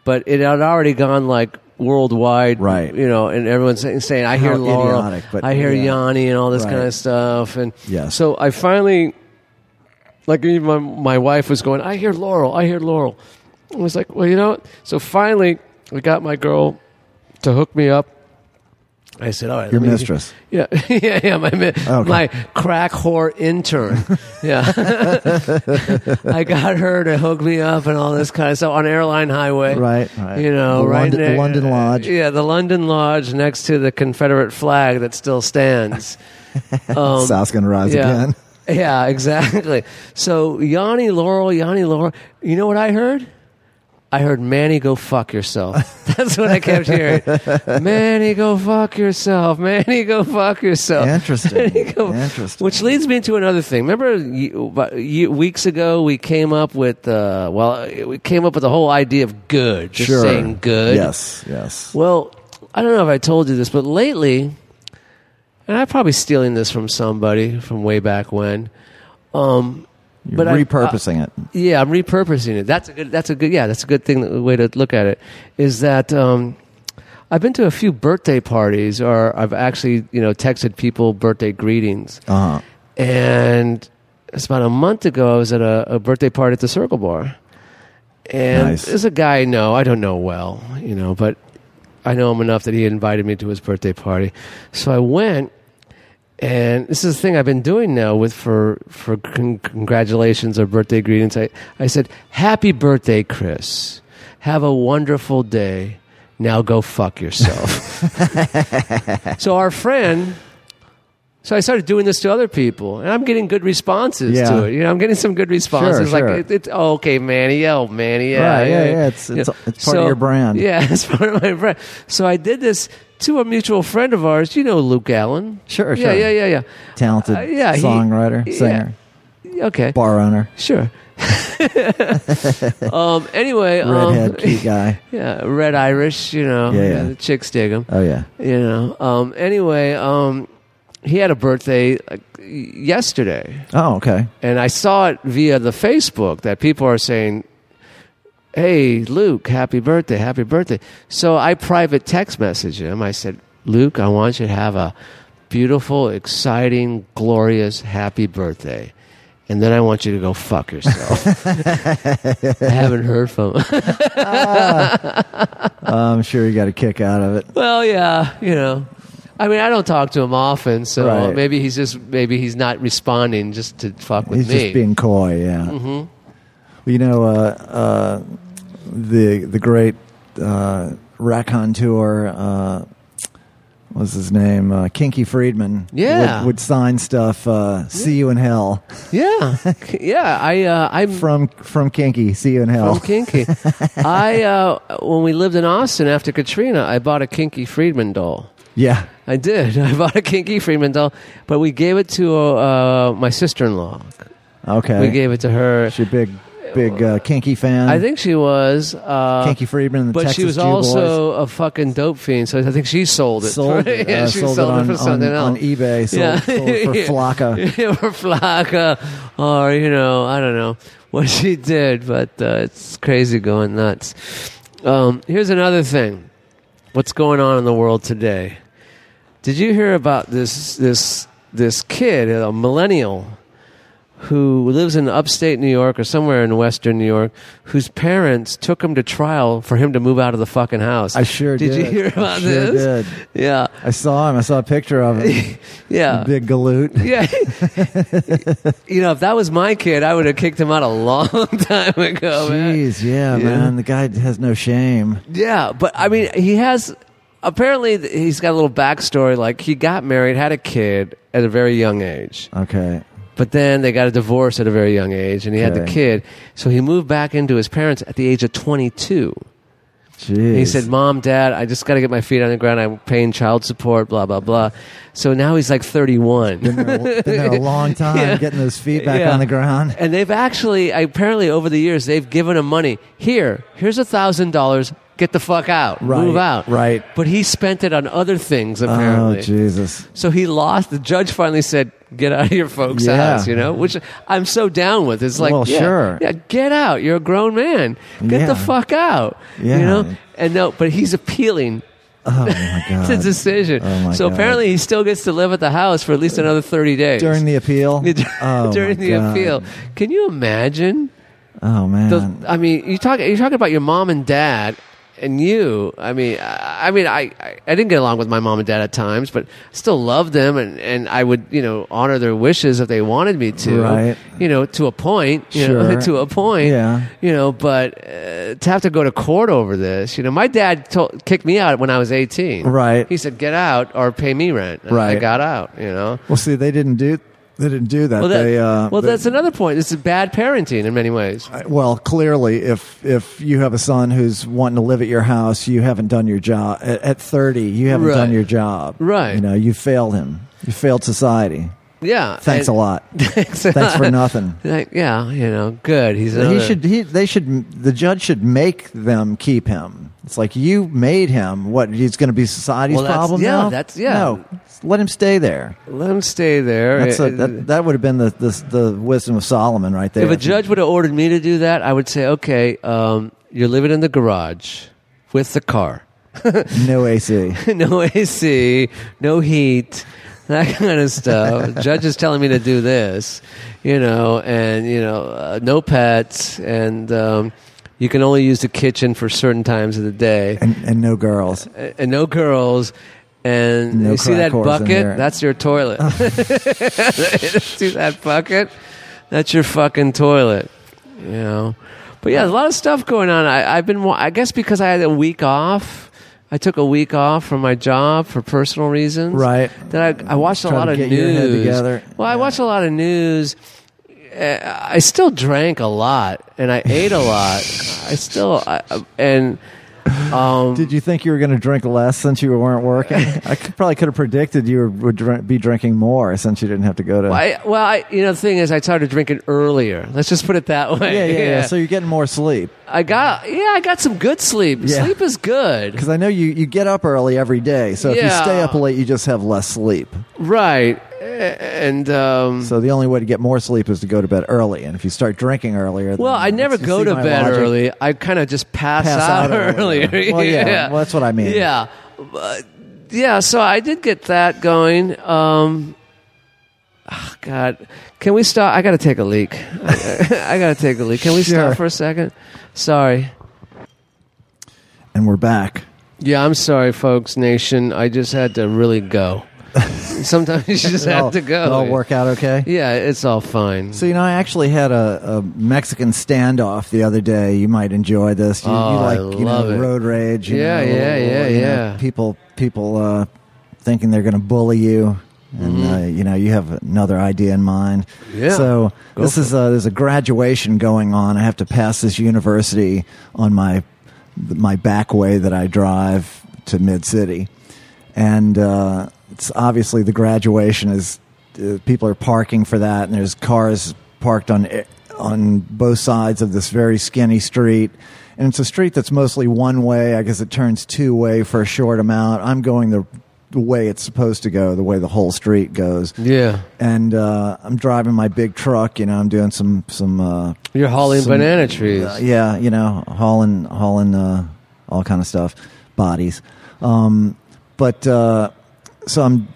but it had already gone like worldwide. Right. You know, and everyone's saying, saying I hear How Laurel, idiotic, but I hear yeah. Yanni and all this kind Right. of stuff. And Yes. so I finally, like, even my, my wife was going, I hear Laurel, I hear Laurel. I was like, well, you know, what? so finally I got my girl to hook me up I said, all right. Your let me- mistress. Yeah, yeah, yeah. My, mi- Oh, my crack whore intern. Yeah. I got her to hook me up and all this kind of stuff on Airline Highway. Right, right. You know, The right. London- ne- the London Lodge. Yeah, the London Lodge next to the Confederate flag that still stands. Um, South's gonna rise again. yeah, exactly. So Yanni Laurel, Yanni Laurel. You know what I heard? I heard Manny go fuck yourself. That's what I kept hearing. Manny go fuck yourself. Manny go fuck yourself. Interesting. Manny, Oh. go- Interesting. Which leads me to another thing. Remember, ye- about- ye- weeks ago we came up with uh, well, we came up with the whole idea of good, just Sure. saying good. Yes, yes. Well, I don't know if I told you this, but lately, and I'm probably stealing this from somebody from way back when. Um, You're but I- repurposing it. yeah, I'm repurposing it. That's a good. That's a good. Yeah, that's a good thing. The way to look at it is that um, I've been to a few birthday parties, or I've actually you know texted people birthday greetings, Uh huh. and it's about a month ago I was at a, a birthday party at the Circle Bar, and Nice. there's a guy I know I don't know well, you know, but I know him enough that he invited me to his birthday party, so I went. And this is the thing I've been doing now with for for con- congratulations or birthday greetings. I, I said, "Happy birthday, Chris. Have a wonderful day. Now go fuck yourself." so our friend so I started doing this to other people, and I'm getting good responses Yeah. to it. You know, I'm getting some good responses. Sure, like, sure. It, it's oh, okay, Manny. Yeah, oh, Manny. Yeah, Right, yeah, yeah. It's- it's- it's part of your brand. Yeah, it's part of my brand. So I did this to a mutual friend of ours. You know, Luke Allen. Sure, Yeah, sure. yeah, yeah, yeah. Talented Uh, yeah, he- songwriter, yeah. singer, Okay, bar owner, sure. um. Anyway, redhead, um, cute guy. yeah, red Irish. You know, Yeah, yeah. the chicks dig him. Oh yeah. you know. Um. Anyway, um, he had a birthday like, yesterday. Oh okay. and I saw it via the Facebook that people are saying, "Hey, Luke, happy birthday, happy birthday." So I private text messaged him. I said, "Luke, I want you to have a beautiful, exciting, glorious, happy birthday." And then I want you to go fuck yourself. I haven't heard from him. I'm sure you got a kick out of it. well, yeah, you know. I mean, I don't talk to him often, so Right. maybe he's just maybe he's not responding just to fuck with He's me. just being coy, yeah. Mm-hmm. You know, uh, uh, the the great uh, raconteur, uh, what's his name? Uh, Kinky Friedman. Yeah. Mm-hmm. Would, would sign stuff, uh, see you in hell. yeah, yeah. I uh, I'm From from Kinky, see you in hell. From Kinky. I uh, when we lived in Austin after Katrina, I bought a Kinky Friedman doll. yeah. I did. I bought a Kinky Friedman doll, but we gave it to uh, my sister-in-law. Okay. We gave it to her. she a big, big uh, Kinky fan. I think she was. Uh, Kinky Friedman, and the but Texas she was Jew Boys. also a fucking dope fiend, so I think she sold it. Sold for, it, yeah, uh, she sold, sold, it on, for something on, else. on eBay. Sold, Yeah. sold it for Yeah. Flocka. or Flocka, or you know, I don't know what she did, but uh, it's crazy going nuts. Um, here's another thing: what's going on in the world today? Did you hear about this this this kid, a millennial, who lives in upstate New York or somewhere in western New York, whose parents took him to trial for him to move out of the fucking house? I sure did. did. you hear I about sure this? did. Yeah, I saw him. I saw a picture of him. yeah. Big galoot. Yeah. you know, if that was my kid, I would have kicked him out a long time ago, man. Jeez, yeah, Oh, Yeah. man. The guy has no shame. Yeah, but I mean, he has apparently th- he's got a little backstory. Like he got married, had a kid at a very young age, Okay. but then they got a divorce at a very young age, and he had the Okay. kid. So he moved back into his parents at the age of twenty-two. Jeez. He said, "Mom, Dad, I just got to get my feet on the ground. I'm paying child support, blah blah blah." So now he's like thirty-one. been there, been there a long time Yeah. getting those feet back Yeah. on the ground. And they've actually, apparently, over the years, they've given him money. Here, here's a thousand dollars. Get the fuck out. Right, Move out. right. But he spent it on other things apparently. Oh, Jesus. so he lost. The judge finally said, "Get out of your folks' Yeah. house," you know, which I'm so down with. It's like, Well, yeah, sure. yeah, get out. You're a grown man. Get Yeah. the fuck out. Yeah. You know. And no, but he's appealing Oh, my to the God. decision. Oh, my so God. apparently, he still gets to live at the house for at least another thirty days During the appeal? Oh, during my the God. appeal. Can you imagine? Oh, man. Those, I mean, you talk, you're talking about your mom and dad and you, I mean, I, I mean, I, I, I didn't get along with my mom and dad at times, but still loved them, and, and I would, you know, honor their wishes if they wanted me to, Right. you know, to a point, you know, Sure. to a point, Yeah. you know, but uh, to have to go to court over this, you know, my dad told, kicked me out when I was 18. Right. He said, get out or pay me rent. And I Right. got out, you know. Well, see, they didn't do they didn't do that. Well, that- they, uh, well they- that's another point. This is bad parenting in many ways. well, clearly, if if you have a son who's wanting to live at your house, you haven't done your job. At, at thirty, you haven't Right. done your job. Right. You know, you failed him. You failed society. Yeah. Thanks and- a lot. Thanks, a Thanks for lot. nothing. Like, yeah, you know, good. He's He another- should. He, they should. The judge should make them keep him. It's like you made him. What he's going to be society's Well, that's- problem yeah, now. that's- yeah. No, let him stay there. let him stay there. Uh, That's a, that, that would have been the, the the wisdom of Solomon right there. if a judge would have ordered me to do that, I would say, okay, um, you're living in the garage with the car, no AC. no AC, no heat. That kind of stuff. Judge is telling me to do this, you know, and you know, uh, no pets, and um, you can only use the kitchen for certain times of the day. and, and no girls. and and Uh, no girls. And No you see that crack whores in Oh. bucket? there. That's your toilet. see that bucket? That's your fucking toilet. You know. But yeah, there's a lot of stuff going on. I, I've been. wa- I guess because I had a week off. I took a week off from my job for personal reasons. Right. That I, I watched a Try lot to of get your news. head together. Well, I Yeah. watched a lot of news. Uh, I still drank a lot and I ate a lot. I still I, and um, Did you think you were going to drink less since you weren't working? I could, probably could have predicted you were, would dr- be drinking more since you didn't have to go to. I, well, I, you know, the thing is, I started drinking earlier. Let's just put it that way. yeah, yeah, yeah, So you're getting more sleep I got, yeah, I got some good sleep. Yeah. Sleep is good, because I know you, you get up early every day. So if Yeah. you stay up late, you just have less sleep. right? And um, So the only way to get more sleep is to go to bed early. And if you start drinking earlier, well, then I never you go see to my bed logic. early. I kind of just pass, Pass out earlier. earlier. Well, yeah. Well, that's what I mean. Yeah, But, yeah. So I did get that going. Um, oh, God, can we stop? I got to take a leak. I, got to take a leak. Can we Sure. stop for a second? Sorry. And we're back. Yeah, I'm sorry, folks, nation. I just had to really go. Sometimes you just It'll- have to go. It'll all work out okay. Yeah, it's all fine. So you know, I actually had a, a Mexican standoff the other day. You might enjoy this. You, Oh, you like I you love know it. road rage. you Yeah, know, yeah, yeah, you know, yeah. people people uh, thinking they're going to bully you, and uh, you know you have another idea in mind. Mm-hmm. Yeah. So Go this for is uh there's a graduation going on. I have to pass this university on my my back way that I drive to Mid City, and uh, it's obviously the graduation is uh, people are parking for that, and there's cars parked on e- on both sides of this very skinny street. And it's a street that's mostly one way. I guess it turns two way for a short amount. I'm going the the way it's supposed to go, the way the whole street goes yeah, and uh, I'm driving my big truck. You know, I'm doing some some. Uh, you're hauling some- banana trees. uh, yeah, you know, hauling hauling uh, all kind of stuff, bodies. Um, but uh, so I'm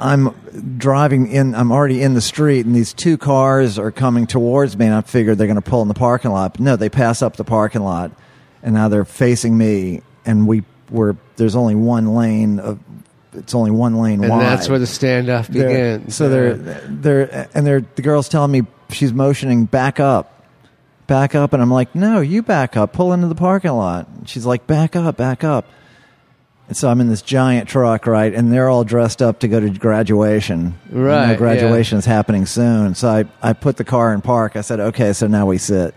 I'm driving in. I'm already in the street, and these two cars are coming towards me. And I figured they're going to pull in the parking lot. But no, they pass up the parking lot, and now they're facing me. And we were there's only one lane of. It's only one lane and wide that's where the standoff they're- begins. So they're they're and they're the girl's telling me she's motioning back up, back up, and I'm like, no, you back up, pull into the parking lot. And she's like, back up, back up. And so I'm in this giant truck, right, and they're all dressed up to go to graduation. And their Right, yeah. graduation is happening soon. So I I put the car in park. I said, okay, so now we sit.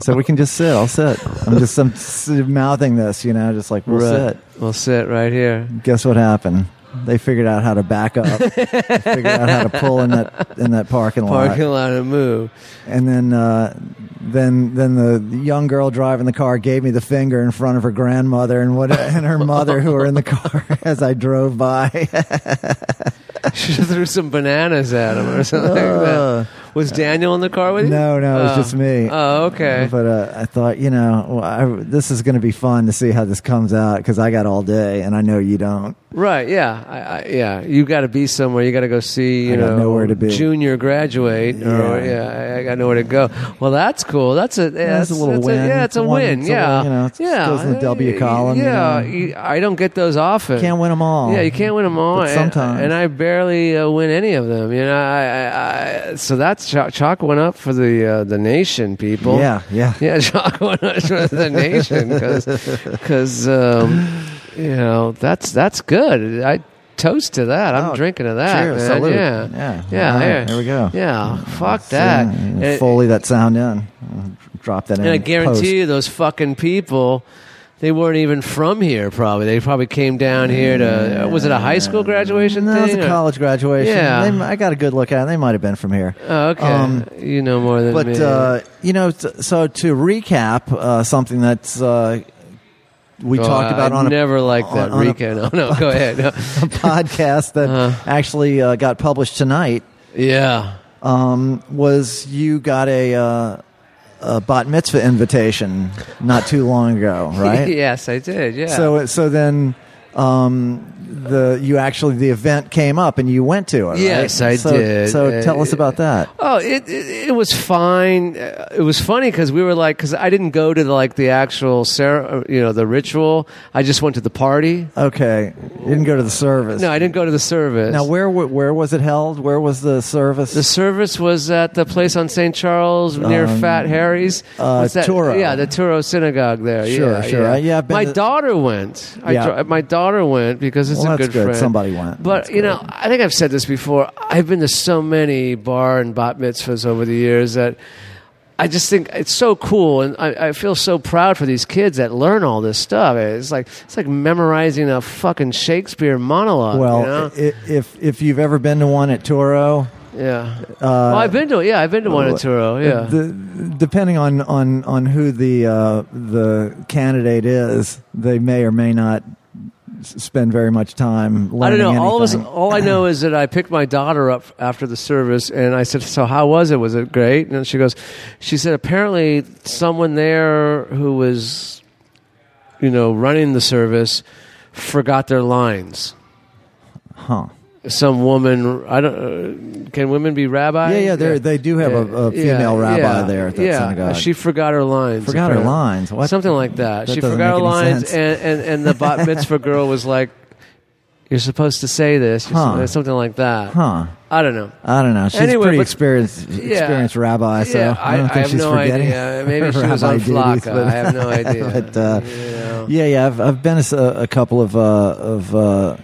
so we can just sit. I'll sit. I'm just I'm s- mouthing this, you know, just like we'll right. sit. We'll sit right here. Guess what happened? They figured out how to back up. they figured out how to pull in that in that parking lot. Parking lot and move. And then uh, then then the young girl driving the car gave me the finger in front of her grandmother and what and her mother who were in the car as I drove by. she threw some bananas at him or something like that. Uh, Was Daniel in the car with you? No, no, it was Oh. just me. Oh, okay. But uh, I thought, you know, well, I, this is going to be fun to see how this comes out because I got all day, and I know you don't. Right, yeah, I, I, yeah. You got to be somewhere. You got to go see. You I got know, nowhere to be. Junior graduate, Yeah. or yeah, I, I got nowhere to go. Well, that's cool. That's a yeah, That's a little that's win. yeah, it's a It's a win. win. It's a yeah, win, you know, it's- yeah. goes in the W Uh, column, you know. Yeah, you- I don't get those often. Can't win them all. Yeah, you can't win them all. But and- sometimes. and I barely uh, win any of them. You know, I, I, I so that's chalk, chalk went up for the uh, the nation people. Yeah, yeah. Yeah, Jacques went to the nation because, um, you know, that's that's good. I toast to that. I'm Oh, drinking to that. Cheers, Ah, man. salute. Yeah, yeah, yeah. All right, yeah. There we go. Yeah, fuck See, that. and And- Foley that sound in. Drop that in. and I post. guarantee you, those fucking people, they weren't even from here. Probably they probably came down here to. uh, Was it a high school graduation No, thing? it's a or- college graduation. Yeah. They m- I got a good look at it. They might have been from here. Oh, okay, Um, you know more than But, me. uh, you know, t- so to recap uh, something that's uh, we Well, talked about Uh, Oh, I on a never liked that on- on a- weekend. oh no, go ahead. No. podcast that Uh-huh. actually uh, got published tonight Yeah. um, was you got a, uh, a bat mitzvah invitation not too long ago, right? yes, I did. Yeah. So so then um, the you actually the event came up and you went to it. right? Yes, I so, did. So tell us about that. Oh, it, it it was fine. Uh, It was funny because we were like, because I didn't go to the, like the actual cere- uh, you know, the ritual. I just went to the party. Okay, you didn't go to the service. No, I didn't go to the service. Now where wa- where was it held? Where was the service? the service was at the place on St. Charles near Um, Fat Harry's. uh, What's that? Touro. Yeah, the Turo Synagogue there. Sure, yeah, sure. Yeah. Uh, yeah, I've been my to- daughter went. I Yeah. dri- my daughter went because it's Well, a that's good, good. friend. Somebody went. But That's you know, I think I've said this before. I've been to so many bar and bat mitzvahs over the years that I just think it's so cool, and I, I feel so proud for these kids that learn all this stuff. It's like it's like memorizing a fucking Shakespeare monologue. well, you know? i- if if you've ever been to one at Toro, yeah. well, I've been to yeah, I've been to one at Turo. Yeah, Uh, the, depending on, on, on who the uh, the candidate is, they may or may not s- spend very much time. I don't Learning know. All of us, anything. all I know is that I picked my daughter up after the service, and I said, "So how was it? Was it great?" And she goes, "She said apparently someone there who was, you know, running the service, forgot their lines. huh? Some woman, I don't. Uh, can women be rabbis? Yeah, yeah, they they do have a, a Yeah, female rabbi yeah, there at that yeah. synagogue. She forgot her lines. forgot her apparently. lines. What? Something like that. That she doesn't forgot make her any lines, sense. and, and, and the bat mitzvah girl was like, "You're supposed to say this," You're Huh. supposed- something like that. Huh? I don't know. I don't know. She's Anyway, a pretty but- experienced, experienced rabbi, so yeah, I don't think I, have she's no forgetting. idea. Maybe she her was on rabbi duties, Flocka. but- I have no idea. but, uh, You know. Yeah, yeah. I've I've been a s- a, couple of uh, of uh,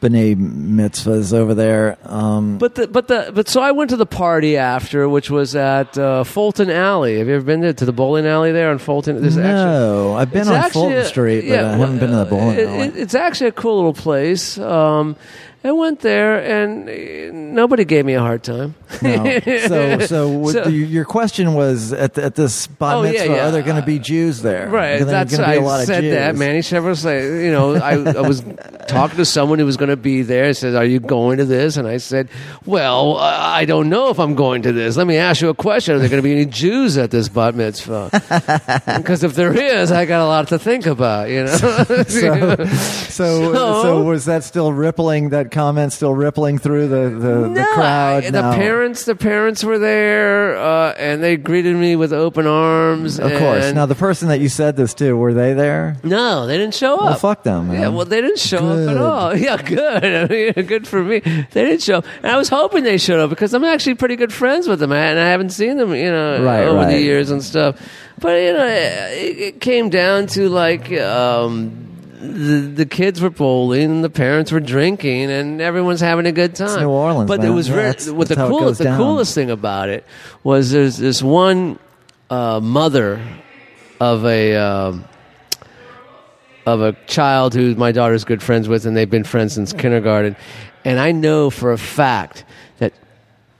b'nai mitzvahs over there. Um, But the but the but so I went to the party after, which was at uh, Fulton Alley. Have you ever been there to the bowling alley there on Fulton? There's actually- no, I've been It's on actually Fulton a- Street, but yeah, uh, I haven't been to the bowling it- alley. it- it's actually a cool little place. Um, I went there, and uh, nobody gave me a hard time. no. So, so, what So- the, your question was at the, at this bat Oh, yeah, mitzvah, yeah. are there going to be Jews there? Right, Are there that's gonna be a lot I of said Jews? that. Manny Shepard was like, you know, I, I was talking to someone who was going to be there. He says, "Are you going to this?" And I said, "Well, uh, I don't know if I'm going to this. Let me ask you a question: Are there going to be any Jews at this bat mitzvah? Because if there is, I got a lot to think about. You know, So, so, So- so was that still rippling? That comment still rippling through the the, the No, crowd? I- No. The parents, the parents were there, uh, and they greeted me with open arms. of course. and- Now, the person that you said this to, were they there? no, they didn't show up. Well, fuck them. Uh, Yeah, man. well, they didn't show up Good. at all. Yeah, good. I mean, good for me. They didn't show up. And I was hoping they showed up because I'm actually pretty good friends with them, and I haven't seen them, you know, Right, over the right. years and stuff. But, you know, it, it came down to like, um, the, the kids were bowling, the parents were drinking, and everyone's having a good time. New Orleans, but it man. was Yeah, very, that's- what the that's how it coolest, goes the down. coolest thing about it was there's this one uh, mother of a um, of a child who my daughter's good friends with, and they've been friends since kindergarten. And I know for a fact that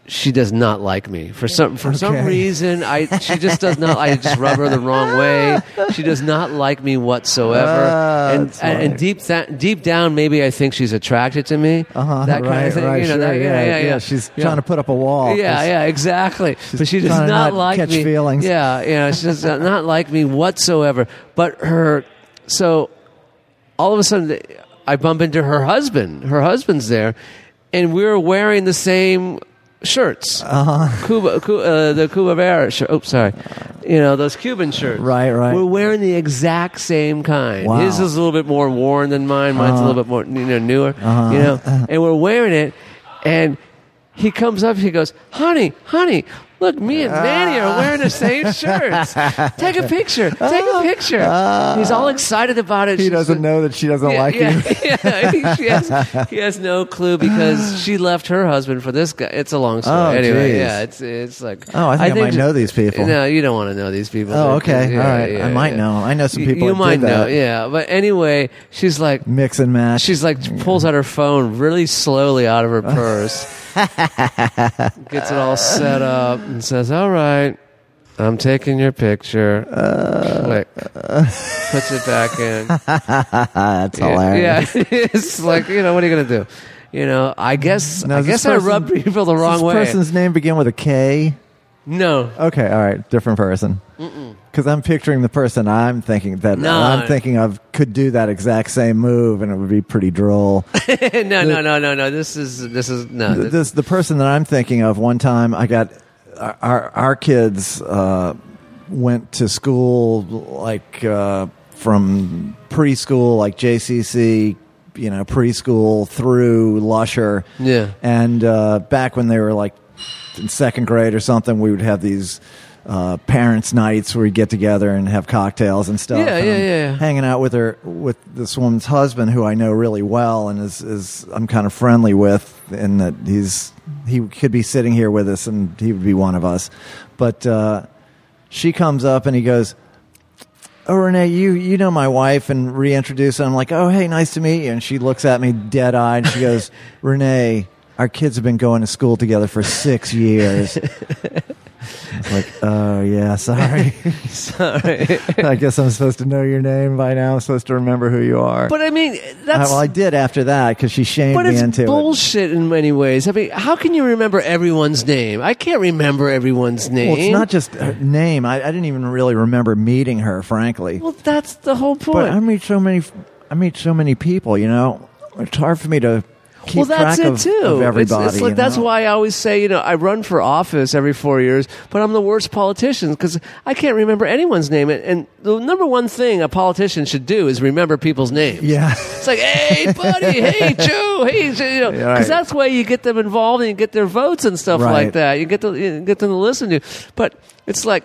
she does not like me for some for some Okay. reason. I she just does not. I just rub her the wrong way. She does not like me whatsoever. Ah, and, that's and and right. deep tha- deep down, maybe I think she's attracted to me. Uh-huh, That kind right, of thing. right, you know, sure, that- yeah, yeah, yeah, She's Yeah. trying to put up a wall. Yeah, yeah, exactly. But she does trying not, to not like catch me. feelings. Yeah, yeah, she does not, not like me whatsoever. But her, so all of a sudden, I bump into her husband. Her husband's there, and we're wearing the same shirts. Uh-huh. Cuba, Cu- uh, the Cuba Bear shirt. Oops, sorry. You know those Cuban shirts. Right, right. We're wearing the exact same kind. Wow. Uh-huh. His is a little bit more worn than mine. Mine's a little bit more you know newer. You know, and we're wearing it, and he comes up. He goes, "Honey, honey." Look, me and Manny Ah. are wearing the same shirts. Take a picture. Take a picture. He's all excited about it. Oh, ah. He She's doesn't know that she doesn't like yeah, you. yeah, yeah. She has, he has no clue because she left her husband for this guy. It's a long story. Oh, anyway, geez. yeah, it's it's like Oh, I think I might know these people. No, you don't want to know these people. Oh, They're- okay. yeah, All right. yeah, I might yeah. know. I know some You- people You that did might know. that. Yeah, but anyway, she's like Mix and match. she's like pulls out her phone really slowly out of her purse, gets it all set up, and says, "All right." I'm taking your picture. Uh, Click. Puts it back in. That's Yeah, hilarious. Yeah, it's like you know what are you gonna do? You know, I guess Now, I is this guess I person- rubbed people the Does wrong this way. person's name begin with a K? no, Okay, all right, different person. Because I'm picturing the person I'm thinking that No. I'm thinking of could do that exact same move, and it would be pretty droll. no, no, no, no, no. This is this is no. Th- This, this the person that I'm thinking of. One time, I got our our, our kids uh, went to school like uh, from preschool, like JCC, you know, preschool through Lusher. Yeah. And uh, back when they were like in second grade or something, we would have these. Uh, parents' nights where we get together and have cocktails and stuff. Yeah, and yeah, I'm yeah, yeah. Hanging out with her with this woman's husband, who I know really well and is is I'm kind of friendly with, and that he's he could be sitting here with us and he would be one of us. But uh, she comes up and he goes, "Oh Renee, you you know my wife," and reintroduce. And I'm like, "Oh hey, nice to meet you." And she looks at me dead eyed. She goes, "Renee." Our kids have been going to school together for six years. It's like, oh yeah, sorry. sorry. I guess I'm supposed to know your name by now. I'm supposed to remember who you are. but I mean, Uh, that's well, I did after that because she shamed but me it's into it. bullshit in many ways. I mean, how can you remember everyone's name? I can't remember everyone's name. Well, it's not just her name. I, I didn't even really remember meeting her, frankly. Well, that's the whole point. but I meet so many. I meet so many people. You know, it's hard for me to keep well, that's track it of, too. of It's- everybody. it's like- you that's know? why I always say, you know, I run for office every four years, but I'm the worst politician because I can't remember anyone's name. And, and the number one thing a politician should do is remember people's names. Yeah. It's like, hey, buddy, hey, Joe, hey, Joe, you know, because Yeah, right. that's why you get them involved and you get their votes and stuff Right. like that. You get to you get them to listen to. you. But it's like.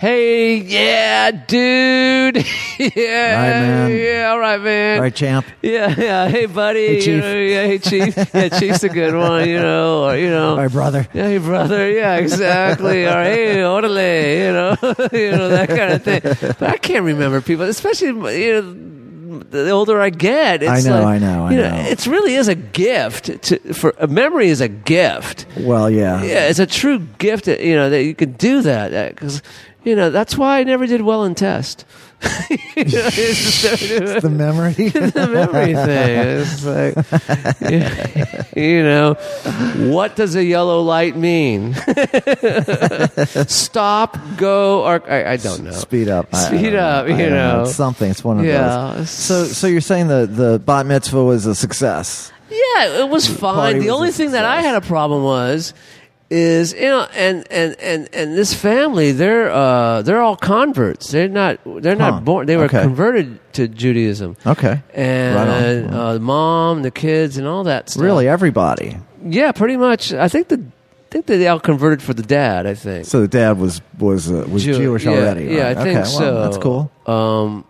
Hey, yeah, dude. yeah, All right, man. yeah, all right, man. All right, champ. Yeah, yeah. Hey, buddy. Hey, You Chief. know, yeah, hey, chief. Yeah, chief's a good one. You know, or you know. All right, brother. Yeah, hey, brother. Yeah, exactly. Or hey, orale. You know, you know that kind of thing. But I can't remember people, especially you know, the older I get. It's I know, like, I know, I you know. It really is a gift. To, for a memory is a gift. Well, yeah. Yeah, it's a true gift. That, you know that you could do that because you know that's why I never did well in test. You know, it's just- The memory. the memory thing. It's like, you know, what does a yellow light mean? Stop, go, or I, I don't know. Speed up. I- I Speed don't know. up, I you don't know. It's something. It's one of Yeah. those. So, so you're saying the the bat mitzvah was a success? Yeah, it was fine. party The was only a thing that I success. had a problem was is you know and and and and this family they're uh they're all converts they're not they're Huh. not born they were Okay. converted to judaism Okay. and Right on. uh the mom the kids and all that stuff Really, everybody. Yeah, pretty much. I think the I think they all converted for the dad. I think So the dad was was uh, was Jew- Jewish yeah, already. yeah, right? I think okay, so. Well, that's cool. Um,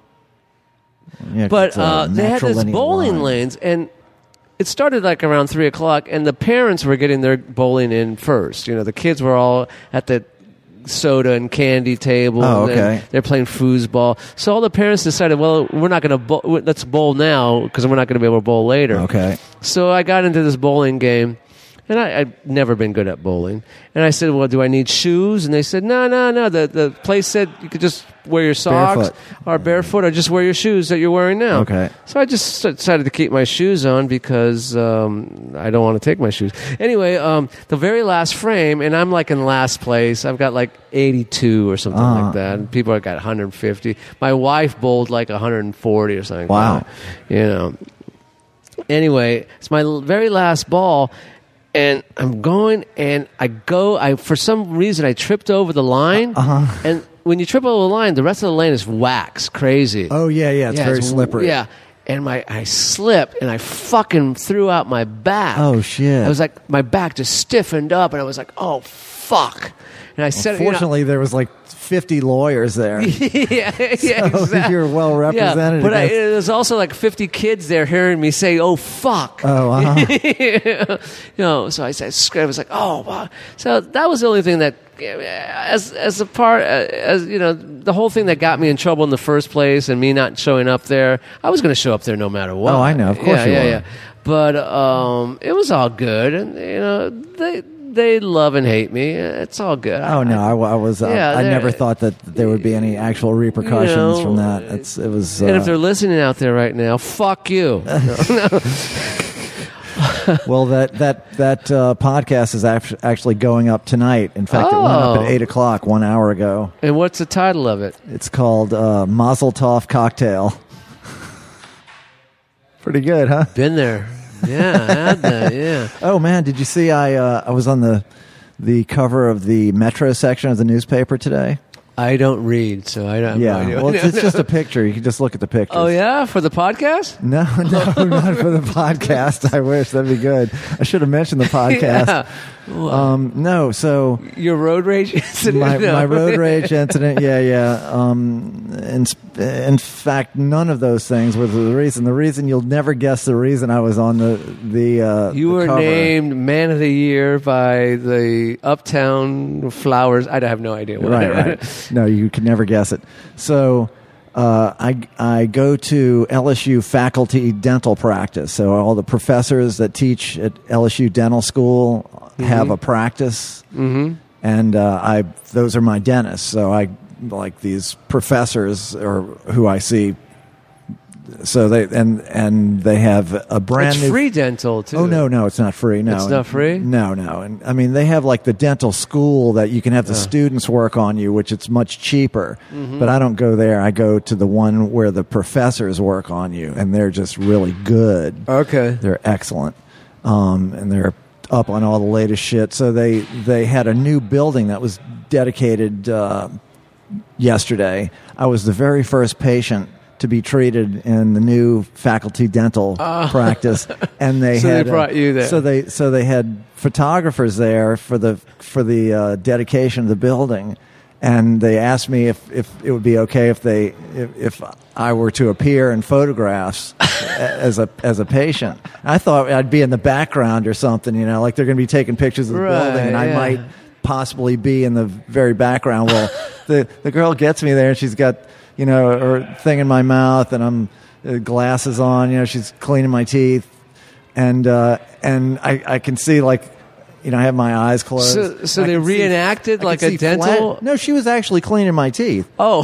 Yeah, 'cause but it's a uh, they had natural this linear bowling line. lanes, and it started like around three o'clock, and the parents were getting their bowling in first. You know, the kids were all at the soda and candy table. Oh, and okay. They're playing foosball, so all the parents decided, well, we're not going to bowl. let's bowl now because we're not going to be able to bowl later. Okay. So I got into this bowling game, And I, I'd never been good at bowling. And I said, Well, do I need shoes? And they said, No, no, no. The, the place said you could just wear your socks Barefoot. or barefoot or just wear your shoes that you're wearing now. Okay. So I just decided to keep my shoes on because um, I don't want to take my shoes. Anyway, um, the very last frame, and I'm like in last place. I've got like 82 or something Ah. like that. And people have got 150. My wife bowled like 140 or something. like Wow. that. You know. Anyway, it's my l- very last ball. And I'm going, and I go. I for some reason I tripped over the line, Uh-huh. and when you trip over the line, the rest of the lane is wax, crazy Oh yeah, yeah. It's very it's- slippery. Yeah. And my I slipped and I fucking threw out my back. Oh, shit. I was like my back just stiffened up and I was like, "Oh fuck." And I said, you know- Fortunately, there was like 50 lawyers there. yeah, yeah, So exactly. you're well represented Yeah, but I, against- it was also like 50 kids there hearing me say, "Oh fuck." Oh, uh-huh. you know, so I said, I was like, oh, wow. So that was the only thing that, as as a part, uh, as you know, the whole thing that got me in trouble in the first place, and me not showing up there. I was going to show up there no matter what. Oh, I know. Of course yeah, you yeah, were. yeah. But um, it was all good, and you know, they they love and hate me. It's all good. Oh no, I, I was. Uh, Yeah, I there- never thought that there would be any actual repercussions know, from that. It's, it was. and if Uh, they're listening out there right now, fuck you. well, that that that uh, podcast is act- actually going up tonight. In fact, it went up Oh. at eight o'clock one hour ago. and what's the title of it? It's called uh, Mazel Tov Cocktail. Pretty good, huh? Been there. Yeah, I had that. Yeah. Oh man, did you see? I uh, I was on the the cover of the Metro section of the newspaper today. I don't read, so I don't. I have no Yeah, idea. well, it's, it's just a picture. You can just look at the pictures. Oh yeah, for the podcast. No, no, not for the podcast. I wish that'd be good. I should have mentioned the podcast. Um, no, so Your road rage incident. my, No. my road rage incident. Yeah, yeah. Um, in, in fact, none of those things was the reason. The reason you'll never guess the reason I was on the the. Uh, You the were cover. named Man of the Year by the Uptown Flowers. I have no idea. What right, right. No, you could never guess it. So uh, I I go to LSU faculty dental practice. So all the professors that teach at LSU Dental School have a practice, mm-hmm. and uh, I those are my dentists. So I like these professors or who I see. So they and and they have a brand It's new free dental too. Oh no, no, it's not free. No, It's not free? No, no, and I mean they have like the dental school that you can Uh. have the students work on you, which it's much cheaper. Mm-hmm. But I don't go there. I go to the one where the professors work on you, and they're just really good. Uh. Okay. They're excellent, um, and they're up on all the latest shit. So they they had a new building that was dedicated uh, yesterday. I was the very first patient to be treated in the new faculty dental practice, and they Ah. So they had uh, brought you there. So they so they had photographers there for the for the uh, dedication of the building. And they asked me if, if it would be okay if they if, if I were to appear in photographs as a as a patient. I thought I'd be in the background or something, you know, like they're going to be taking pictures of the Right, building, and I yeah. might possibly be in the very background. Well, the, the girl gets me there and she's got, you know, her thing in my mouth and I'm uh, glasses on, you know, she's cleaning my teeth. And, uh, and I, I can see like, you know, I have my eyes closed. So- so I they can see- reenacted I can like a see dental- no, she was actually cleaning my teeth, Oh,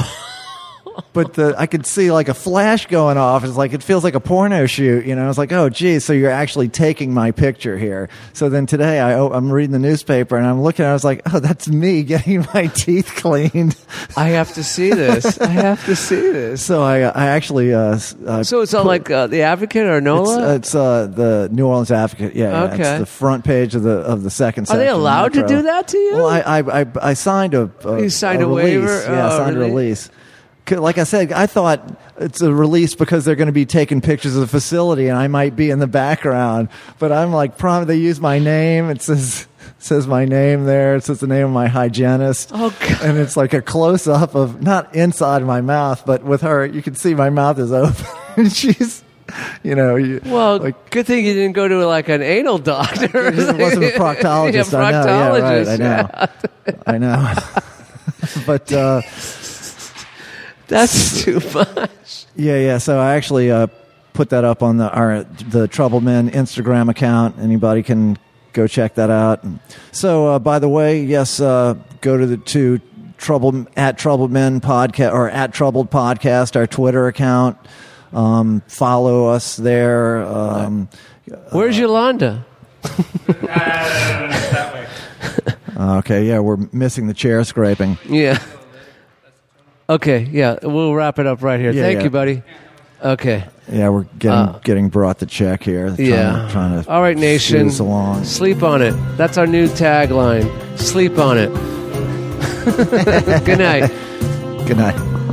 but the, I could see like a flash going off. It's like it feels like a porno shoot, you know. It's like, oh, geez, so you're actually taking my picture here. So then today, I, oh, I'm reading the newspaper and I'm looking. I was like, oh, that's me getting my teeth cleaned. I have to see this. I have to see this. So I, I actually, uh, s- uh, So it's on like uh, the Advocate or it's, NOLA. uh, it's uh, the New Orleans Advocate. Yeah, yeah. Okay. it's the front page of the of the second. Are they section, allowed to Metro. do that to you? Well, I I, I, I signed a, a You signed a release. waiver? Yeah, I Oh, signed really? a release. 'Cause Like I said, I thought it's a release because they're going to be taking pictures of the facility, and I might be in the background. But I'm like, prom. They use my name. It says says my name there. It says the name of my hygienist. Oh, God. And it's like a close up of not inside my mouth, but with her, you can see my mouth is open, and she's, you know, you, well, like good thing you didn't go to like an anal doctor. it wasn't a proctologist. yeah, I know. Yeah, right. I proctologist, know. I know. but uh, That's too much. yeah, yeah. So I actually uh, put that up on the our the Trouble Men Instagram account. Anybody can go check that out. And so, uh, by the way, yes, uh, go to the to troubled at troubled men podcast or at troubled podcast our Twitter account. Um, follow us there. Um, Where's Yolanda? uh, okay, yeah, we're missing the chair scraping. Yeah. Okay, yeah, we'll wrap it up right here. Yeah, Thank yeah. you, buddy. Okay. Yeah, we're getting Uh, getting brought the check here. Trying, Yeah. trying to All right, shoo nation. us along. Sleep on it. That's our new tagline. Sleep on it. Good night. Good night.